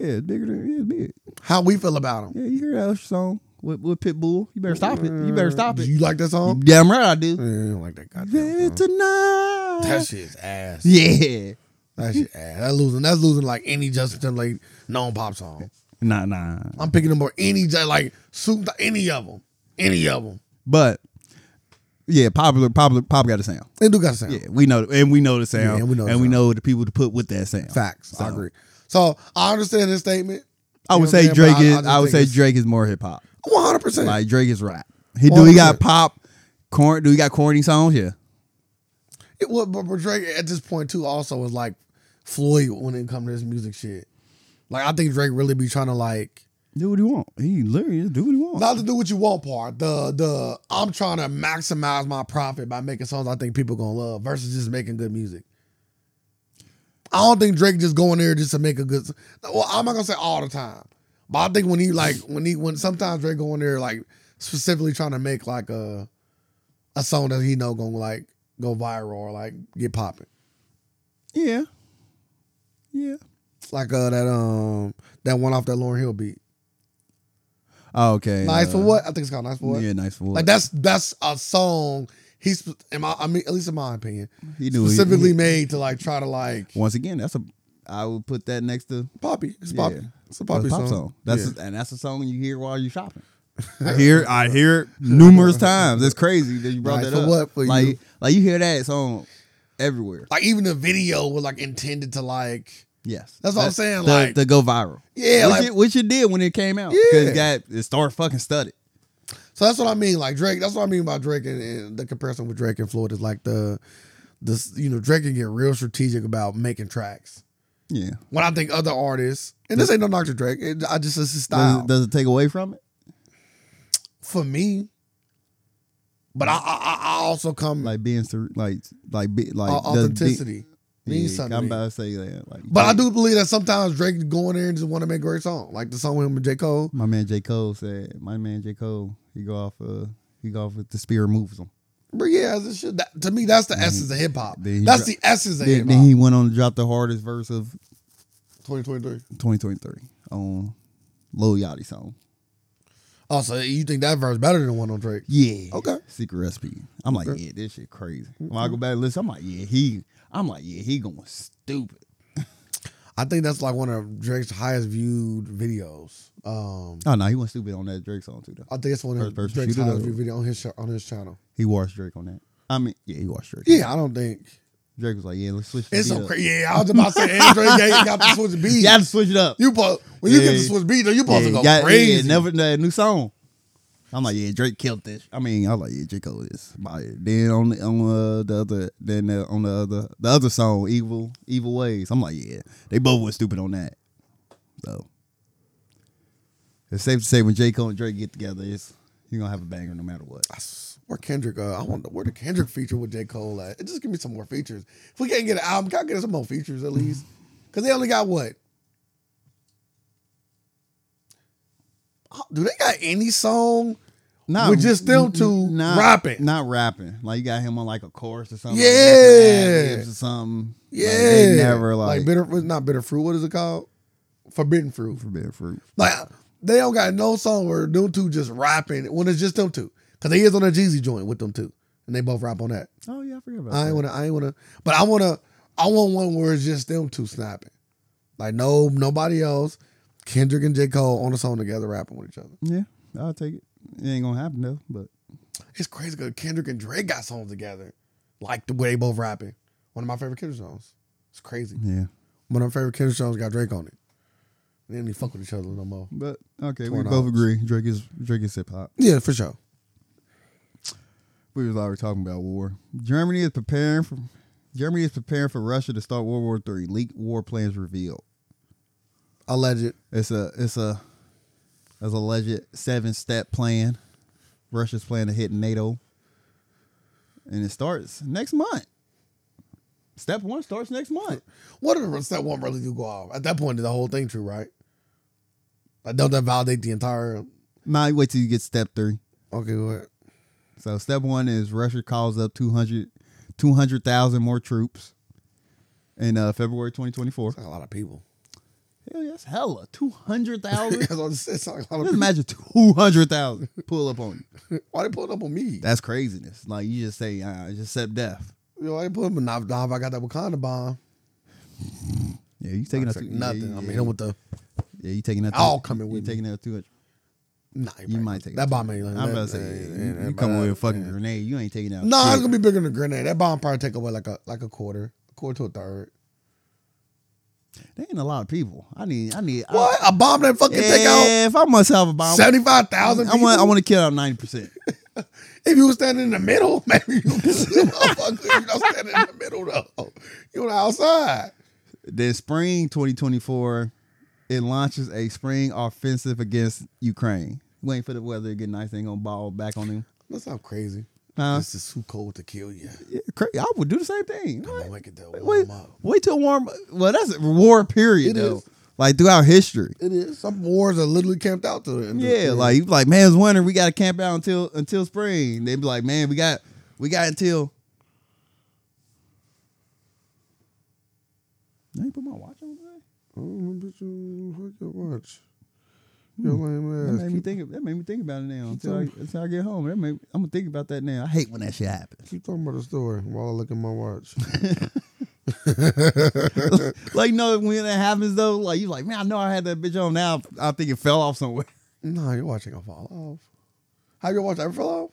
Yeah, it's bigger than yeah, it's big. How we feel about them. Yeah, you hear that Usher song with, with Pitbull? You better stop it. You better stop it. You like that song? Damn right I do. Yeah, you don't like that goddamn Baby, song. tonight. That shit's ass. yeah. That shit ass. That's losing. That's losing like any Justin Timberlake known pop song. Nah, nah. I'm picking them or any J- like soup any of them, any of them. But yeah, popular, popular, pop got a sound. They do got a sound. Yeah, we know, and we know the sound, Yeah, and we know, the and we sound. know the people to put with that sound. Facts. I So- agree. So I understand this statement. I would You know say what I'm saying? Drake But I- I is. just I, would think say it's- Drake is more hip hop. 100. percent Like Drake is rap. He do. He got 100%. pop. Corn. Do he got corny songs? Yeah. But but Drake at this point too also was like Floyd when it come to this music shit. Like I think Drake really be trying to like Do what he want. He literally just do what he want. not to do what you want part. The the I'm trying to maximize my profit by making songs I think people gonna love versus just making good music. I don't think Drake just going there just to make a good. Well, I'm not gonna say all the time, but I think when he like when he when sometimes Drake going there like specifically trying to make like a a song that he know gonna like go viral or like get popping. Yeah. Yeah. Like uh that um that one off that Lauren Hill beat. Oh, okay. Nice uh, for what? I think it's called Nice for what. Yeah, nice for what? Like that's that's a song. He's in my I mean at least in my opinion he knew he- specifically he- made to like try to like once again, that's a. I would put that next to Poppy. It's Yeah. Poppy. It's a Poppy that's a song. That's yeah. a- and that's a song you hear while you're shopping. I hear I hear it numerous times. It's crazy that you brought Nice that for up. what for like you? like you hear that song everywhere. like even the video was like intended to like Yes, That's what I'm That- saying, To, like- to go viral. yeah which, like it, which it did when it came out. 'cause it Yeah. got it started fucking studded. so that's what I mean like Drake that's what I mean by Drake and, and the comparison with Drake and Floyd is like the this you know Drake can get real strategic about making tracks Yeah. when I think other artists and this ain't no knock to Drake it, I just it's Does, his style it- does it take away from it? for me but I I, I- I also come Like being ser- like like be, like au- does be- authenticity means yeah, something. I'm to me. about to say that. Like, But I Drake- do believe that sometimes Drake go in there and just want to make a great song, like the song with him and J Cole. My man J Cole said. My man J Cole. He go off. Uh, he go off with the spirit moves him. But yeah, it's just shit. That, to me, that's the essence of hip hop. then he That's dro- the essence of Then, hip then hop. he went on to drop the hardest verse of Twenty twenty three. 2023 on Lil Yachty song. Oh, so you think that verse better than the one on Drake? Yeah. Okay. Secret recipe. I'm like, yeah, this shit crazy. When I go back and listen, I'm like, yeah, he. I'm like, yeah, he going stupid. I think that's like one of Drake's highest viewed videos. Um, Oh no, he went stupid on that Drake song too. Though I think it's one of First person Drake's shooter, highest though. viewed video on his sh- on his channel. he washed Drake on that. I mean, yeah, he washed Drake. Yeah, I don't think Drake was like, yeah, let's switch. the it's beat so up. crazy. Yeah, I was about to say and Drake got, got to switch the beat. You got to switch it up. You po- when you get to Yeah. switch beat, though, you supposed yeah, to go got- yeah, crazy. never that new song. I'm like, yeah, Drake killed this. I mean, I was like, yeah, J Cole is. about it. Then on the on uh, the other, then uh, on the other, the other song, evil, evil ways. I'm like, yeah, they both were stupid on that. So it's safe to say when J Cole and Drake get together, it's you're gonna have a banger no matter what. Where Kendrick? Uh, I want to, where the Kendrick feature with J Cole at. Just give me some more features. If we can't get an album, gotta get some more features at least. Mm-hmm. Cause they only got what? Oh, Do they got any song? Not With just them two not, rapping. not rapping. Like you got him on like a chorus or something. Yeah. like, or something. Yeah, like, they never like, bitter. Not bitter fruit. What is it called? Forbidden fruit. forbidden fruit. Like uh, they don't got no song where them two just rapping when it's just them two. Cause they is on a Jeezy joint with them two, and they both rap on that. Oh yeah, I forgot about I that. ain't wanna. I ain't wanna. But I wanna. I want one where it's just them two snapping, like no nobody else. Kendrick and J Cole on a song together rapping with each other. Yeah, I'll take it. It ain't gonna happen though, but It's crazy because Kendrick and Drake got songs together, like the way they both rapping. One of my favorite Kendrick songs. It's crazy. yeah. One of my favorite Kendrick songs got Drake on it. They didn't even fuck with each other no more. But okay, we Torn both Ops. agree. Drake is Drake is hip hop. Yeah, for sure. We was already talking about war. Germany is preparing for Germany is preparing for Russia to start World War Three. Leaked war plans revealed. Alleged. It's a it's a as alleged seven step plan. Russia's plan to hit NATO. And it starts next month. Step one starts next month. What did the step one really do go off? At that point, did the whole thing true, right? Like, don't that validate the entire? Now you wait till you get step three. Okay, go ahead. So step one is Russia calls up 200 200,000 more troops in uh, February 2024. That's a lot of people. Hell yes, hella. 200,000? That's what I'm saying. It's like a lot of Just people. imagine 200,000 pull up on you. Why they pulling up on me? That's craziness. Like you just say, uh, just accept death. you know, why they pulling up on Nav Nav? I got that Wakanda bomb. Yeah, you taking I out took two- nothing. Yeah, I'm yeah, hitting with the. yeah, you taking out. I'll two- come in with You taking out two hundred. Nah, You might take that it. bomb. Ain't like I'm that. about to say Ain't- you- ain't- you ain't come about with a that. fucking Yeah. grenade. You ain't taking out. No, shit. it's gonna be bigger than a grenade. That bomb probably take away like a like a quarter, a quarter to a third. there ain't a lot of people. I need. I need. I- What? A bomb that fucking yeah, take out if I must have a bomb, seventy five thousand. I want. I want to kill out ninety percent. If you was standing in the middle, maybe you could kill the motherfucker. You're not standing in the middle though. You're on the outside. Then spring 2024, it launches a spring offensive against Ukraine. Waiting for the weather to get nice. They ain't gonna ball back on them. That sound crazy. Nah. This is too cold to kill you. Yeah, cra- I would do the same thing. I'm What? gonna make it that Wait, warm up. wait till warm. Well, that's a war period It though. is. Like throughout history. It is. Some wars are literally camped out to it. Yeah, like you like man, it's winter. We got to camp out until until spring. They be like, man, we got we got until. Now you put my watch on today. I don't know, Oh, bitch, you fuck your watch. Your Hmm. That lame ass. made me Keep, think. That made me think about it now until I, talking. until I get home. That made, I'm gonna think about that now. I hate when that shit happens. keep talking about the story while I look at my watch. like no, when that happens though, like you like man, I know I had that bitch on. Now I think it fell off somewhere. nah, your watch ain't gonna fall off. Have your watch ever fell off?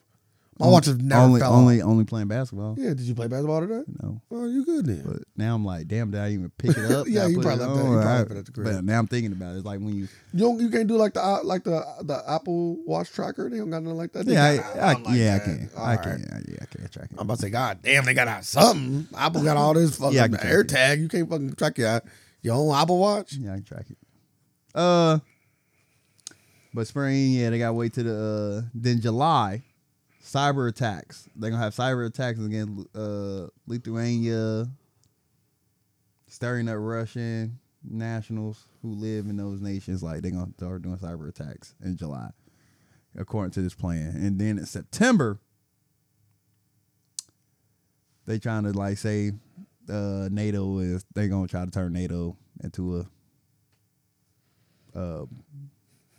My watch has never only fell only only playing basketball. off. Yeah, did you play basketball today? No. Oh, you good then. But now I'm like, damn, did I even pick it up? Did Yeah, I you put probably it left that- on? you probably I- left it at the crib. But now I'm thinking about it. It's like when you, You don't, you can't do like the uh, like the the Apple Watch tracker. They don't got nothing like that. They yeah, got- I, I, I'm like, yeah, I man, can, all I right. can, yeah, I can track I'm it. about to say, God damn, they got out something. Apple got all this fucking Yeah, I can track air it. tag. You can't fucking track your your own Apple Watch. Yeah, I can track it. Uh, but spring, yeah, they got to wait to the uh, then July, cyber attacks. They're gonna have cyber attacks against uh Lithuania, stirring up Russian nationals who live in those nations. Like they're gonna start doing cyber attacks in July, according to this plan. And then in September, they trying to like say uh, NATO is they gonna try to turn NATO into a uh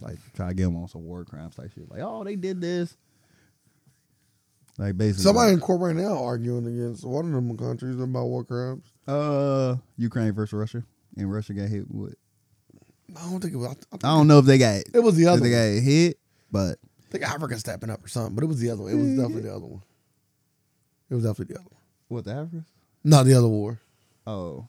like try to get them on some war crimes like shit. Like oh they did this. Like basically Somebody in court right now arguing against one of them countries about war crimes. uh Ukraine versus Russia and Russia got hit with I don't think it was. I, I think I don't know if they got it was the if other. they One. I got hit, but think Africa stepping up or something, but it was the other. one. It was definitely the other one. It was definitely the other. one. what the Africa? No, the other war. Oh.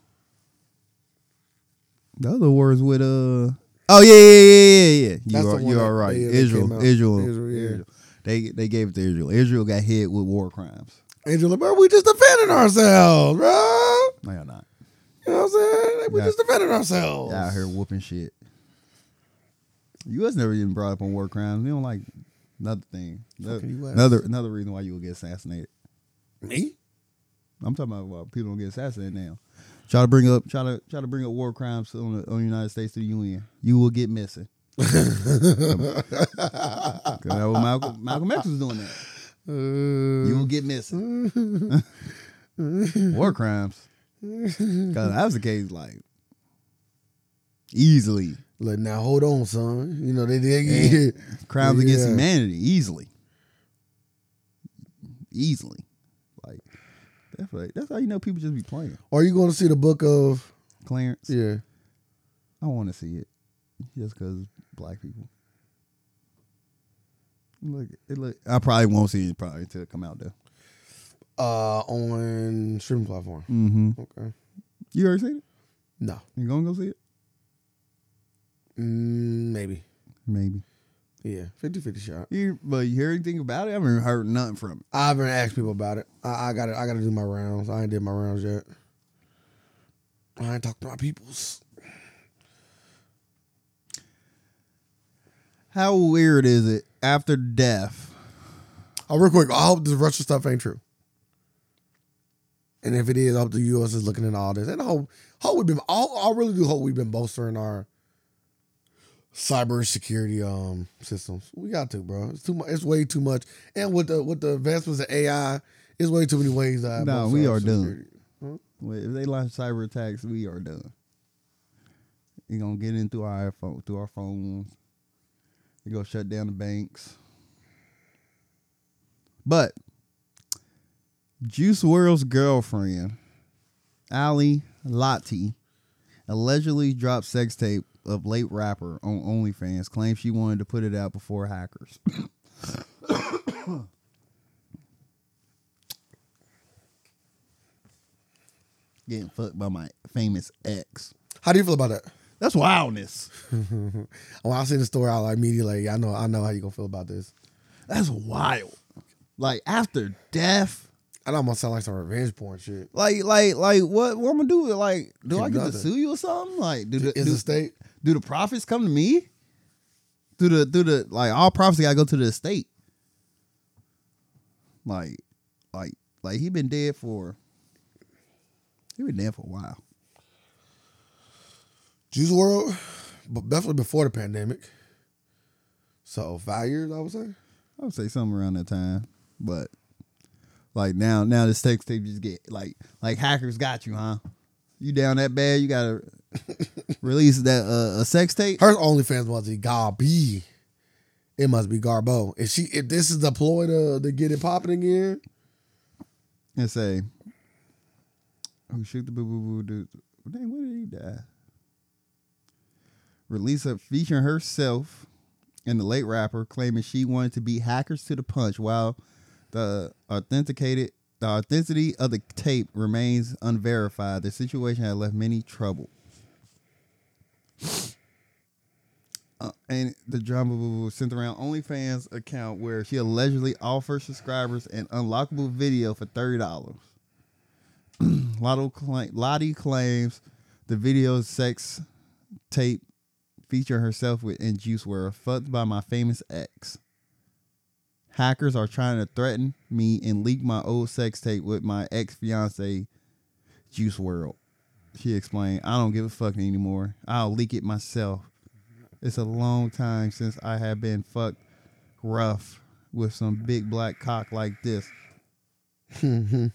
The other war is with uh Oh yeah yeah yeah yeah yeah. You That's the are one you that- are right. yeah, that came Israel out. Israel, Israel, yeah. Israel. They they gave it to Israel. Israel got hit with war crimes. Angela, bro, we just defending ourselves, bro. No y'all not. You know what I'm saying? Like, we Yeah. just defended ourselves. Y'all out here whooping shit. U.S. never even brought up on war crimes. We don't like another thing. Another Fucking US. another, another reason why you will get assassinated. Me? I'm talking about why people don't get assassinated now. Try to bring up try to try to bring up war crimes on the, on the United States to the UN. You will get missing. 'Cause that was Malcolm, Malcolm X was doing that. Uh, You will get missing. War crimes. Cause that was the case, like easily. Look, now hold on, son. You know, they did. And crimes against Yeah. humanity easily. Easily. Like that's right. That's how you know people just be playing. Are you going to see the book of. Clarence. Yeah. I want to see it just because black people. Look, it look. I probably won't see it probably until it come out though. Uh, on streaming platform. Mm-hmm. Okay. You already seen it? No. You gonna go see it? Mm, maybe. Maybe. Yeah. 50 50 shot. You, but you hear anything about it? I haven't heard nothing from it. I haven't asked people about it. I, I gotta I gotta do my rounds. I ain't did my rounds yet. I ain't talked to my peoples. How weird is it after death? Oh, real quick, I hope this Russia stuff ain't true. And if it is, I hope the U.S. is looking into all this. And I hope, hope we've been, I, I really do hope we've been bolstering our cybersecurity um systems. We got to, bro. It's too much. It's way too much. And with the with the advancements of AI, it's way too many ways. Uh, No, bolster we our are doomed. security. If they launch cyber attacks, we are done. You're gonna get in through our iPhone, through our phones. You're gonna shut down the banks. But Juice World's girlfriend, Ali Lati, allegedly dropped sex tape of late rapper on OnlyFans, claims she wanted to put it out before hackers. Getting fucked by my famous ex. How do you feel about that? That's wildness. When I see the story, I like immediately like, yeah, I know, I know how you gonna feel about this. That's wild. Like after death, I know I'm gonna sound like some revenge porn shit. like like like what what I'm gonna do? Like, do Shit, I get to nothing. sue you or something? Like, do the Is do, the state? do the profits come to me? Do the do the like all profits gotta go to the estate? Like, like like he been dead for he been dead for a while. Juice World, but definitely before the pandemic. So five years, I would say. I would say something around that time, but like now, now this text tape just get like like hackers got you, huh? You down that bad? You gotta release that uh, a sex tape. Her OnlyFans must be Garby. It must be Garbo. If she, if this is the ploy to, to get it popping again, and say, "Who shoot the boo boo boo dude? Dang, when did he die?" Release a featuring herself and the late rapper, claiming she wanted to beat hackers to the punch, while the authenticated the authenticity of the tape remains unverified. The situation had left many trouble. Uh, and the drama was sent around OnlyFans account where she allegedly offered subscribers an unlockable video for thirty dollars. Lotto claim, Lottie claims the video's sex tape featuring herself with in Juice World, fucked by my famous ex. Hackers are trying to threaten me and leak my old sex tape with my ex fiance, Juice World. She explained, "I don't give a fuck anymore. I'll leak it myself." It's a long time since I have been fucked rough with some big black cock like this. Mm-hmm.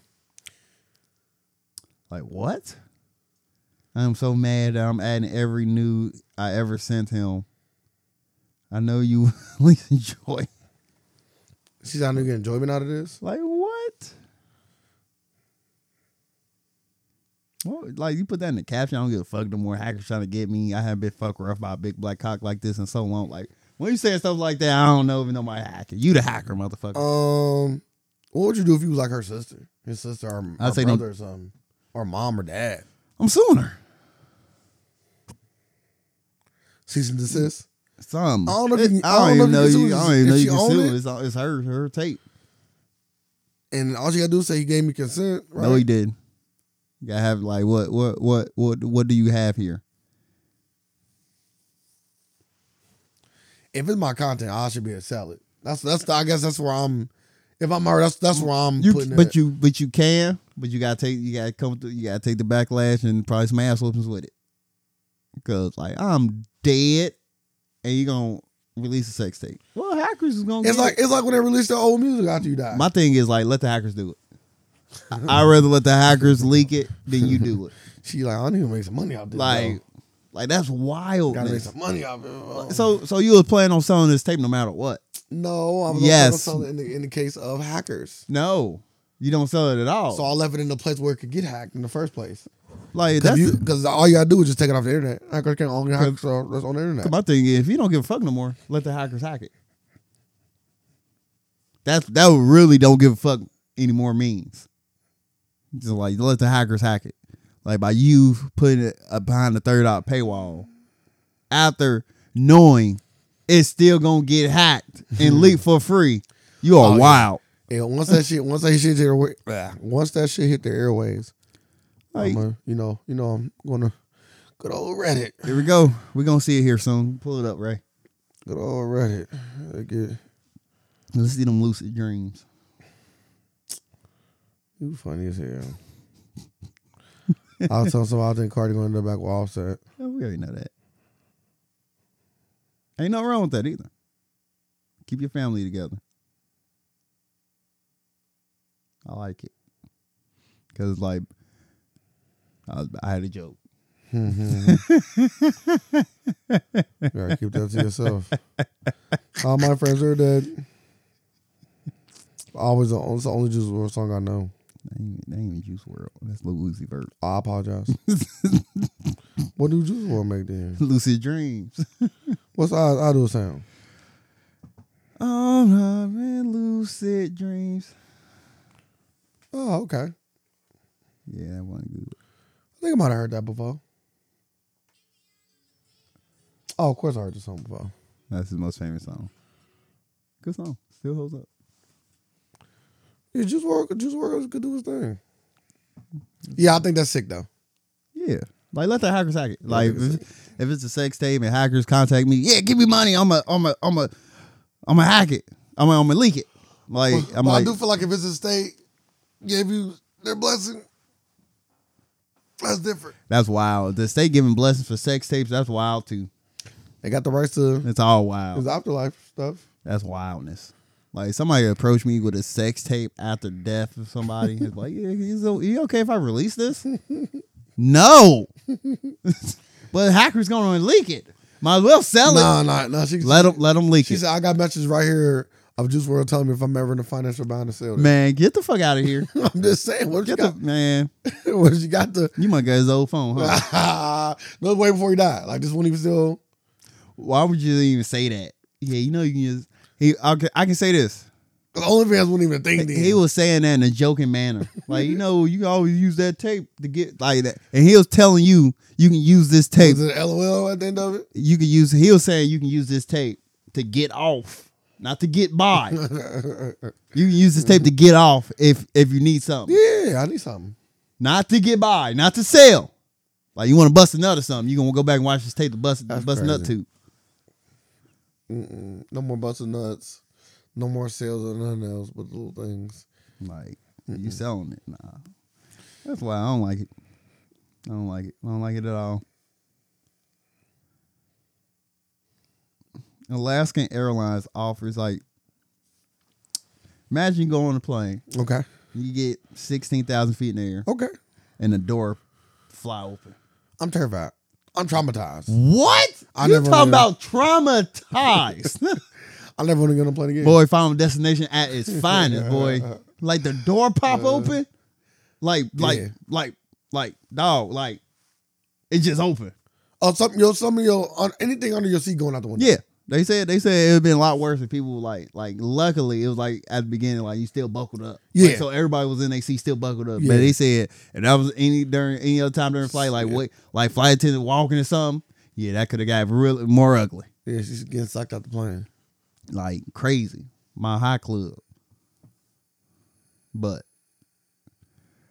like what? I'm so mad that I'm adding every nude I ever sent him. I know you at least enjoy. she's out there getting enjoyment out of this. Like what? Well, like you put that in the caption. I don't give a fuck no more. Hackers trying to get me. I haven't been fucked rough by a big black cock like this and so on. Like when you saying stuff like that, I don't know if nobody hacking. You the hacker, motherfucker. Um, what would you do if you was like her sister, his sister, or, I'd or say no. brother, or something, or mom or dad? I'm suing her. Cease and desist. Some. I don't know if you- It- I don't even know you. I don't even if know she you can own sue. it. her. It's, all- it's her. Her tape. And all you gotta do is say he gave me consent. Right? No, he didn't. You gotta have like what? What? What? What? What do you have here? if it's my content, I should be a salad. That's that's the, I guess that's where I'm. If I'm her, that's that's where I'm You, putting. but it. you, but you can, but you gotta take, you gotta come through, you gotta take the backlash and probably some ass whoopings with it. Cause like I'm dead, and you gonna release a sex tape. Well, hackers is gonna. it's get like it. it's like when they release their old music after you die. my thing is like let the hackers do it. I, would rather let the hackers leak it than you do it. she like I need to make some money off this. Like, Like like that's wild. gotta make some money off it. bro. So, so you was planning on selling this tape no matter what. no, I'm Yes. yes. selling in the in the case of hackers. No, you don't sell it at all. So I left it in the place where it could get hacked in the first place. like that's the- Because all you gotta do is just take it off the internet. Hackers can't own your hackers are- that's on the internet. My thing is, if you don't give a fuck no more, let the hackers hack it. That's that would really don't give a fuck anymore means. Just like let the hackers hack it, like by you putting it uh, behind the third out paywall, after knowing it's still gonna get hacked and leaked for free. You Oh, are yeah. wild. And once that shit, once that shit hit their, wa- once that shit hit the airways, Like- I'm a, you know, you know, I'm gonna good old Reddit. Here we go. We're gonna see it here soon. Pull it up, Ray. Good old Reddit. I get Let's see them lucid dreams. you funny as hell. I was telling somebody I think Cardi gonna end up back with Offset. Yeah, we already know that. Ain't nothing wrong with that either. Keep your family together. I like it because like I, was, I had a joke. you gotta keep that to yourself. All my friends are dead. Always the only, it's the only Juice WRLD song I know. That ain't, that ain't even Juice World. That's Lil Uzi Vert. I apologize. what do Juice WRLD make then? Lucid dreams. What's I, I do sound? I'm having lucid dreams. Oh, okay. Yeah, that wasn't good. I think I might have heard that before. Oh, of course I heard this song before. That's his most famous song. Good song. Still holds up. Yeah, Juice WRLD, Juice WRLD could do his thing. Yeah, I think that's sick though. Yeah. Like let the hackers hack it. Like if, if it's a sex tape and hackers contact me, yeah, give me money. I'm a I'm a I'm a I'm a hack it. I'm a, I'm a leak it. Like I'm But I like do feel like if it's a state gave you their blessing, that's different. that's wild. The state giving blessings for sex tapes, that's wild too. They got the rights to It's all wild. his afterlife stuff. That's wildness. Like somebody approached me with a sex tape after death of somebody. It's like, yeah, is it- you okay if I release this? no. but hackers gonna leak it. Might as well sell No, it. no, no. She, Let them let them leak she it. said, I got messages right here of Juice World telling me if I'm ever in the financial bind to sell this. Man, get the fuck out of here. I'm just saying, what if you Get the got, man. what if you got the, You might get his old phone, huh? no, way before he died. Like this one, he was still, Why would you even say that? Yeah, you know you can just he. I can, I can say this. the OnlyFans wouldn't even think then. He was saying that in a joking manner, like you know you can always use that tape to get like that, and he was telling you you can use this tape. was it LOL at the end of it? You can use. He was saying you can use this tape to get off, not to get by. you can use this tape to get off if if you need something, Yeah, I need something. not to get by, not to sell. Like you want to bust a nut or something, you gonna go back and watch this tape to bust That's bust a nut crazy. tube. Mm-mm. No more busted nuts. No more sales or nothing else but little things. Like you selling it? Nah. That's why I don't like it. I don't like it. I don't like it at all. Alaskan Airlines offers like imagine you go on a plane, Okay. you get sixteen thousand feet in the air, Okay. and the door fly open. I'm terrified. I'm traumatized. What? I you never talking knew. about traumatized. I never want to get on a plane again. boy, final destination at its finest, boy. Like the door pop open, like like Yeah. like like dog, like it just open. Oh, something, your, some of your, on, anything under your seat going out the window. Yeah, they said they said it would have been a lot worse if people were like like. Luckily, it was like at the beginning, like you still buckled up. Like, Yeah. so everybody was in their seat still buckled up. Yeah. But they said if that was any during any other time during flight, like wait, like flight attendant walking or something. Yeah, that could have got really more ugly, Yeah, she's getting sucked out the plane. like crazy. My high club. But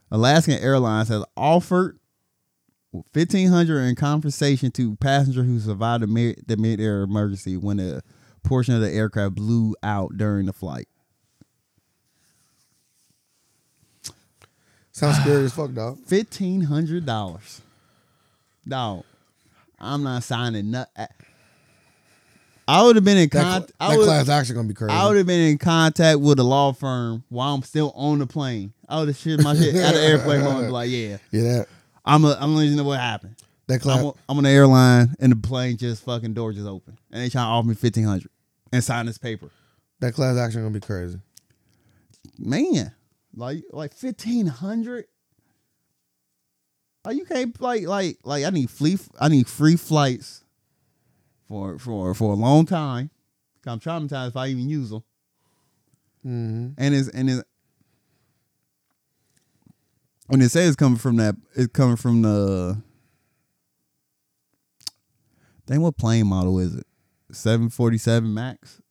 Alaskan Airlines has offered fifteen hundred in compensation to passenger who survived the mid the mid air emergency when a portion of the aircraft blew out during the flight. Sounds scary as fuck, dog. Fifteen hundred dollars. Dog, I'm not signing nut. I would have been in That, contact. cl- that class action gonna be crazy. I would have been in contact with a law firm while I'm still on the plane. I would have shit my shit out of the airplane mode and be like, yeah, yeah, that, I'm a, I'm letting you know what happened. that class. I'm on, I'm on the airline and the plane just fucking door just open and they trying to offer me fifteen hundred and sign this paper. that class action gonna be crazy. Man, like like fifteen hundred. Like you can't like like like I need free I need free flights for for for a long time. I'm traumatized if I even use them. Mm-hmm. and it's and it's when they say it's coming from that it's coming from the dang what plane model is it 747 max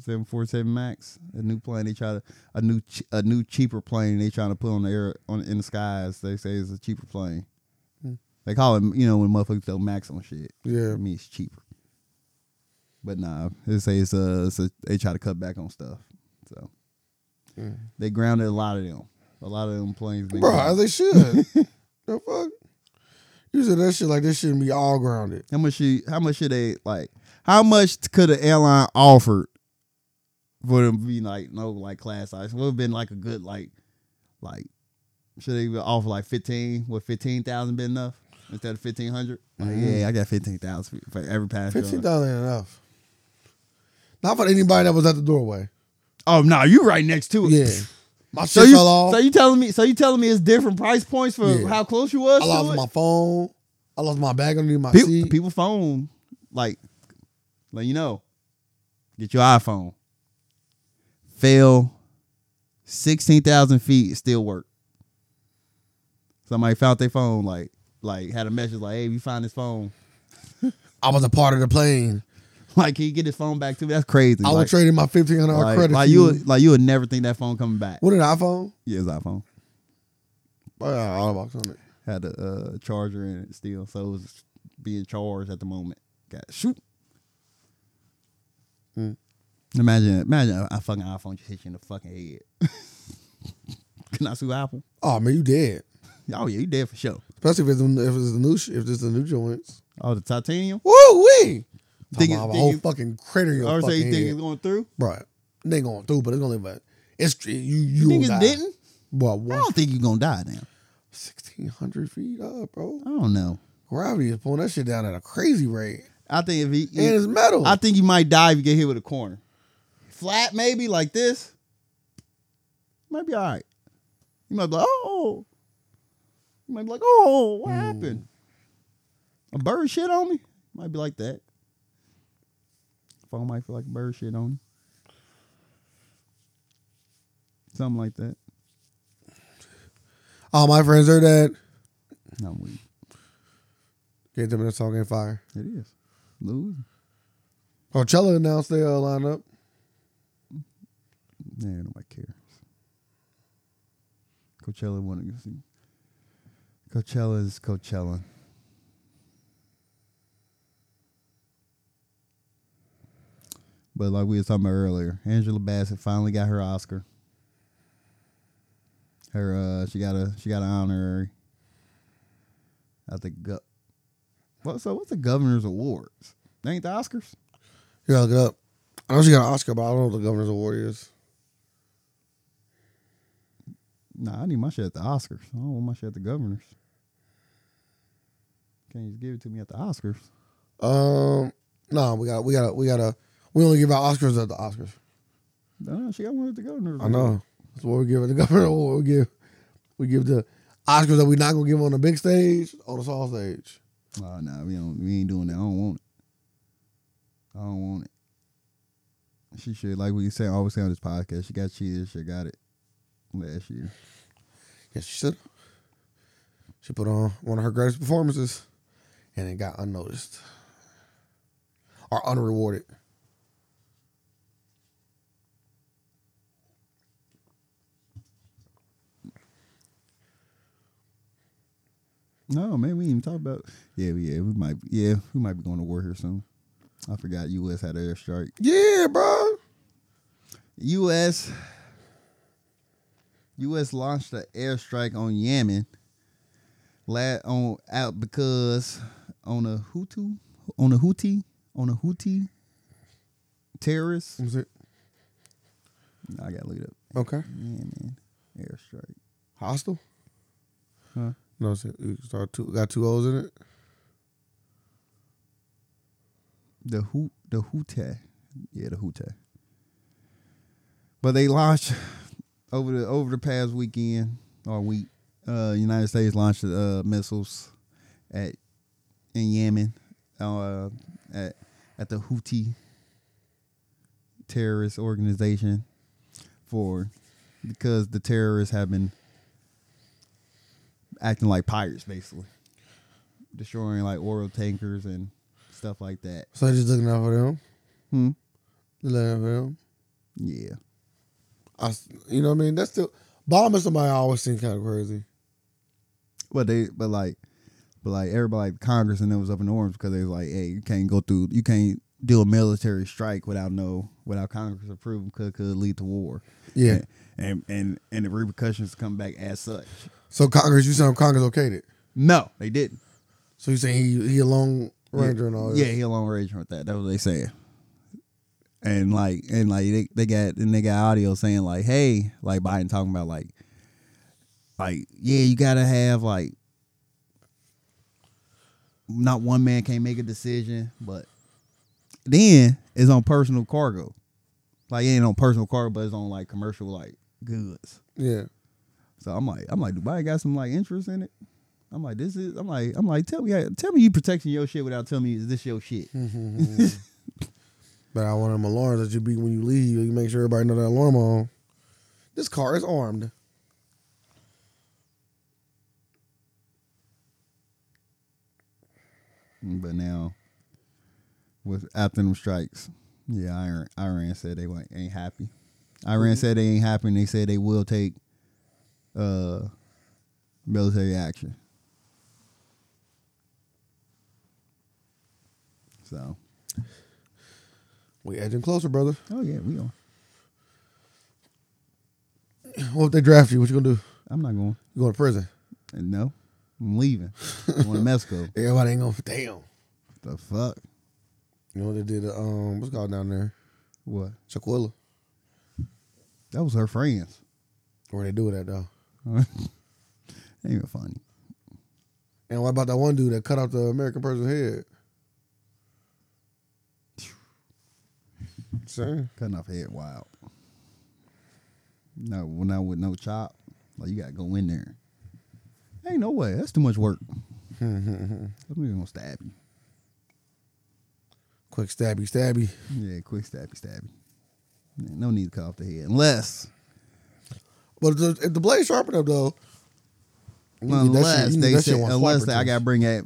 747 max a new plane they try to a new ch- a new cheaper plane they trying to put on the air on in the skies they say it's a cheaper plane they call it you know when motherfuckers throw max on shit Yeah. I mean it's cheaper But nah, they say it's uh it's a, they try to cut back on stuff. So Mm. they grounded a lot of them. A lot of them planes. been Bro, grounded. as they should. the fuck? You said that shit like this shouldn't be all grounded. How much you? How much should they like? How much could an airline offered for them to be like no like class size? Would have been like a good like like should they even offer like fifteen? Would fifteen thousand been enough instead of fifteen hundred? Like Mhm. yeah, I got fifteen thousand for every passenger. Fifteen dollars ain't enough. Not for anybody that was at the doorway. Oh no, you right next to it. Yeah, my So shit you fell off. so you telling me so you telling me it's different price points for Yeah. how close you was? I to lost it? my phone. I lost my bag underneath my People, seat. people phone like let you know. Get your iPhone. Fail sixteen thousand feet, still work. Somebody found their phone, like like had a message like, "Hey, we found this phone. I was a part of the plane. Like, can you get this phone back to me? That's crazy. I was like, trading my fifteen hundred dollar like, credit. like to you, would, like you would never think that phone coming back. what an iPhone. Yeah, it's iPhone Oh, yeah, all box on it. had a uh, charger in it still, so it was being charged at the moment. Got shoot. Hmm. Imagine, imagine a- a fucking iPhone just hit you in the fucking head. Can I sue Apple? Oh man, you dead. Oh yeah, you dead for sure. Especially if it's if it's the new sh- if it's the new joints. Oh, the titanium. Woo wee. Think Think it- have a think whole it- fucking crater in your Or say fucking you think head. it's going through? Bro, they ain't going through, but it's gonna live. It's you. You You think will it die. didn't? Bro, I one don't think you're gonna die now. sixteen hundred feet up, bro. I don't know. Gravity is pulling that shit down at a crazy rate, I think if he, and it's metal. I think you might die if you get hit with a corner, flat maybe like this. Might be all right. You might be like, oh, you might be like, oh, what Hmm. happened? A bird shit on me. Might be like that. Phone might feel like a bird shit on you. Something like that. All my friends heard that. No, I'm weak. Get them in the song and fire. It is. Lose. Coachella announced their uh, lineup. Nah, nobody cares. Coachella wanted to see. Coachella is Coachella. But like we were talking about earlier, Angela Bassett finally got her Oscar. Her uh she got a she got an honorary at the go- what so what's the governor's awards? They ain't the Oscars? You gotta look it up. I know she got an Oscar, but I don't know what the Governor's Award is. Nah, I need my shit at the Oscars. I don't want my shit at the Governors. Can't just give it to me at the Oscars. Um, no, we got, we got, to we got to. We only give out Oscars at the Oscars. No, she got one at the Governors. I know. That's what we give at the Governor Award. We give, we give the Oscars that we not gonna give on the big stage on the small stage. Oh no, we don't. We ain't doing that. I don't want it. I don't want it. She should, like we say, always say on this podcast, she got cheated. She got it last year. Yes, she should. She put on one of her greatest performances, and it got unnoticed or unrewarded. No, man, we ain't even talk about. Yeah, we- yeah, we might. Yeah, we might be going to war here soon. I forgot U.S. had an airstrike. Yeah, bro. U.S. U.S. launched an airstrike on Yemen. La- on out because on a Hutu, on a Houthi, on a Houthi terrorist. Was it I gotta look it up. okay? Yemen airstrike. Hostile? Huh? No, it's- it start two, got two O's in it. The Hu the Houthi. Yeah, the Houthi. But they launched over the over the past weekend or week. Uh, United States launched uh, missiles at in Yemen uh, at at the Houthi terrorist organization for because the terrorists have been acting like pirates basically destroying like oil tankers and stuff like that So they just looking out for them. Hmm. They looking out for them. Yeah. I s you know what I mean? That's still bombing somebody. I always seems kind of crazy. But they but like but like everybody like Congress and them was up in arms because they was like, hey, you can't go through you can't do a military strike without no without Congress approval could could lead to war. Yeah. And and and the repercussions come back as such. So Congress, you saying Congress okayed it? No, they didn't. So you saying he he a long ranger yeah. and all that? Yeah, he a long ranger with that. That's what they saying. And like and like they, they got and they got audio saying like, hey, like Biden talking about like like, yeah, you gotta have like not one man can't make a decision, but then it's on personal cargo. Like it ain't on personal cargo, but it's on like commercial like goods. yeah. So I'm like, I'm like, Dubai got some like interest in it. I'm like, this is. I'm like, I'm like, tell me, tell me, you protecting your shit without telling me is this your shit? But I want them alarms that you beat when you leave. You make sure everybody know that alarm on. This car is armed. But now, with after them strikes, yeah, Iran, Iran said they wa- ain't happy. Iran said they ain't happy, and they said they will take uh military action. So, We edging closer, brother. oh yeah, we on. What if they draft you? What you gonna do? I'm not going. You going to prison? And no, I'm leaving. going to Mexico. Everybody ain't gonna. Damn. The fuck? You know what they did? uh, Um, what's it called down there? What? Shaquilla. That was her friends. Where they do it at though? ain't even funny. And what about that one dude that cut off the American person's head? Same. Cutting off head wild. No, well, not with no chop. Like you gotta go in there. Ain't no way. That's too much work. I'm even gonna stab you. Quick stabby stabby. Yeah, quick stabby stabby. Yeah, no need to cut off the head unless But if the, if the blade sharpened up though, you need that shit- unless you need they that shit say on swipe unless or they- I two. gotta bring that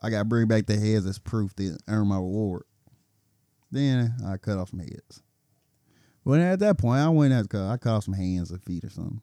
I gotta bring back the heads as proof to earn my reward. Then I cut off some heads. Well, at that point, I went out. I cut off some hands or feet or something.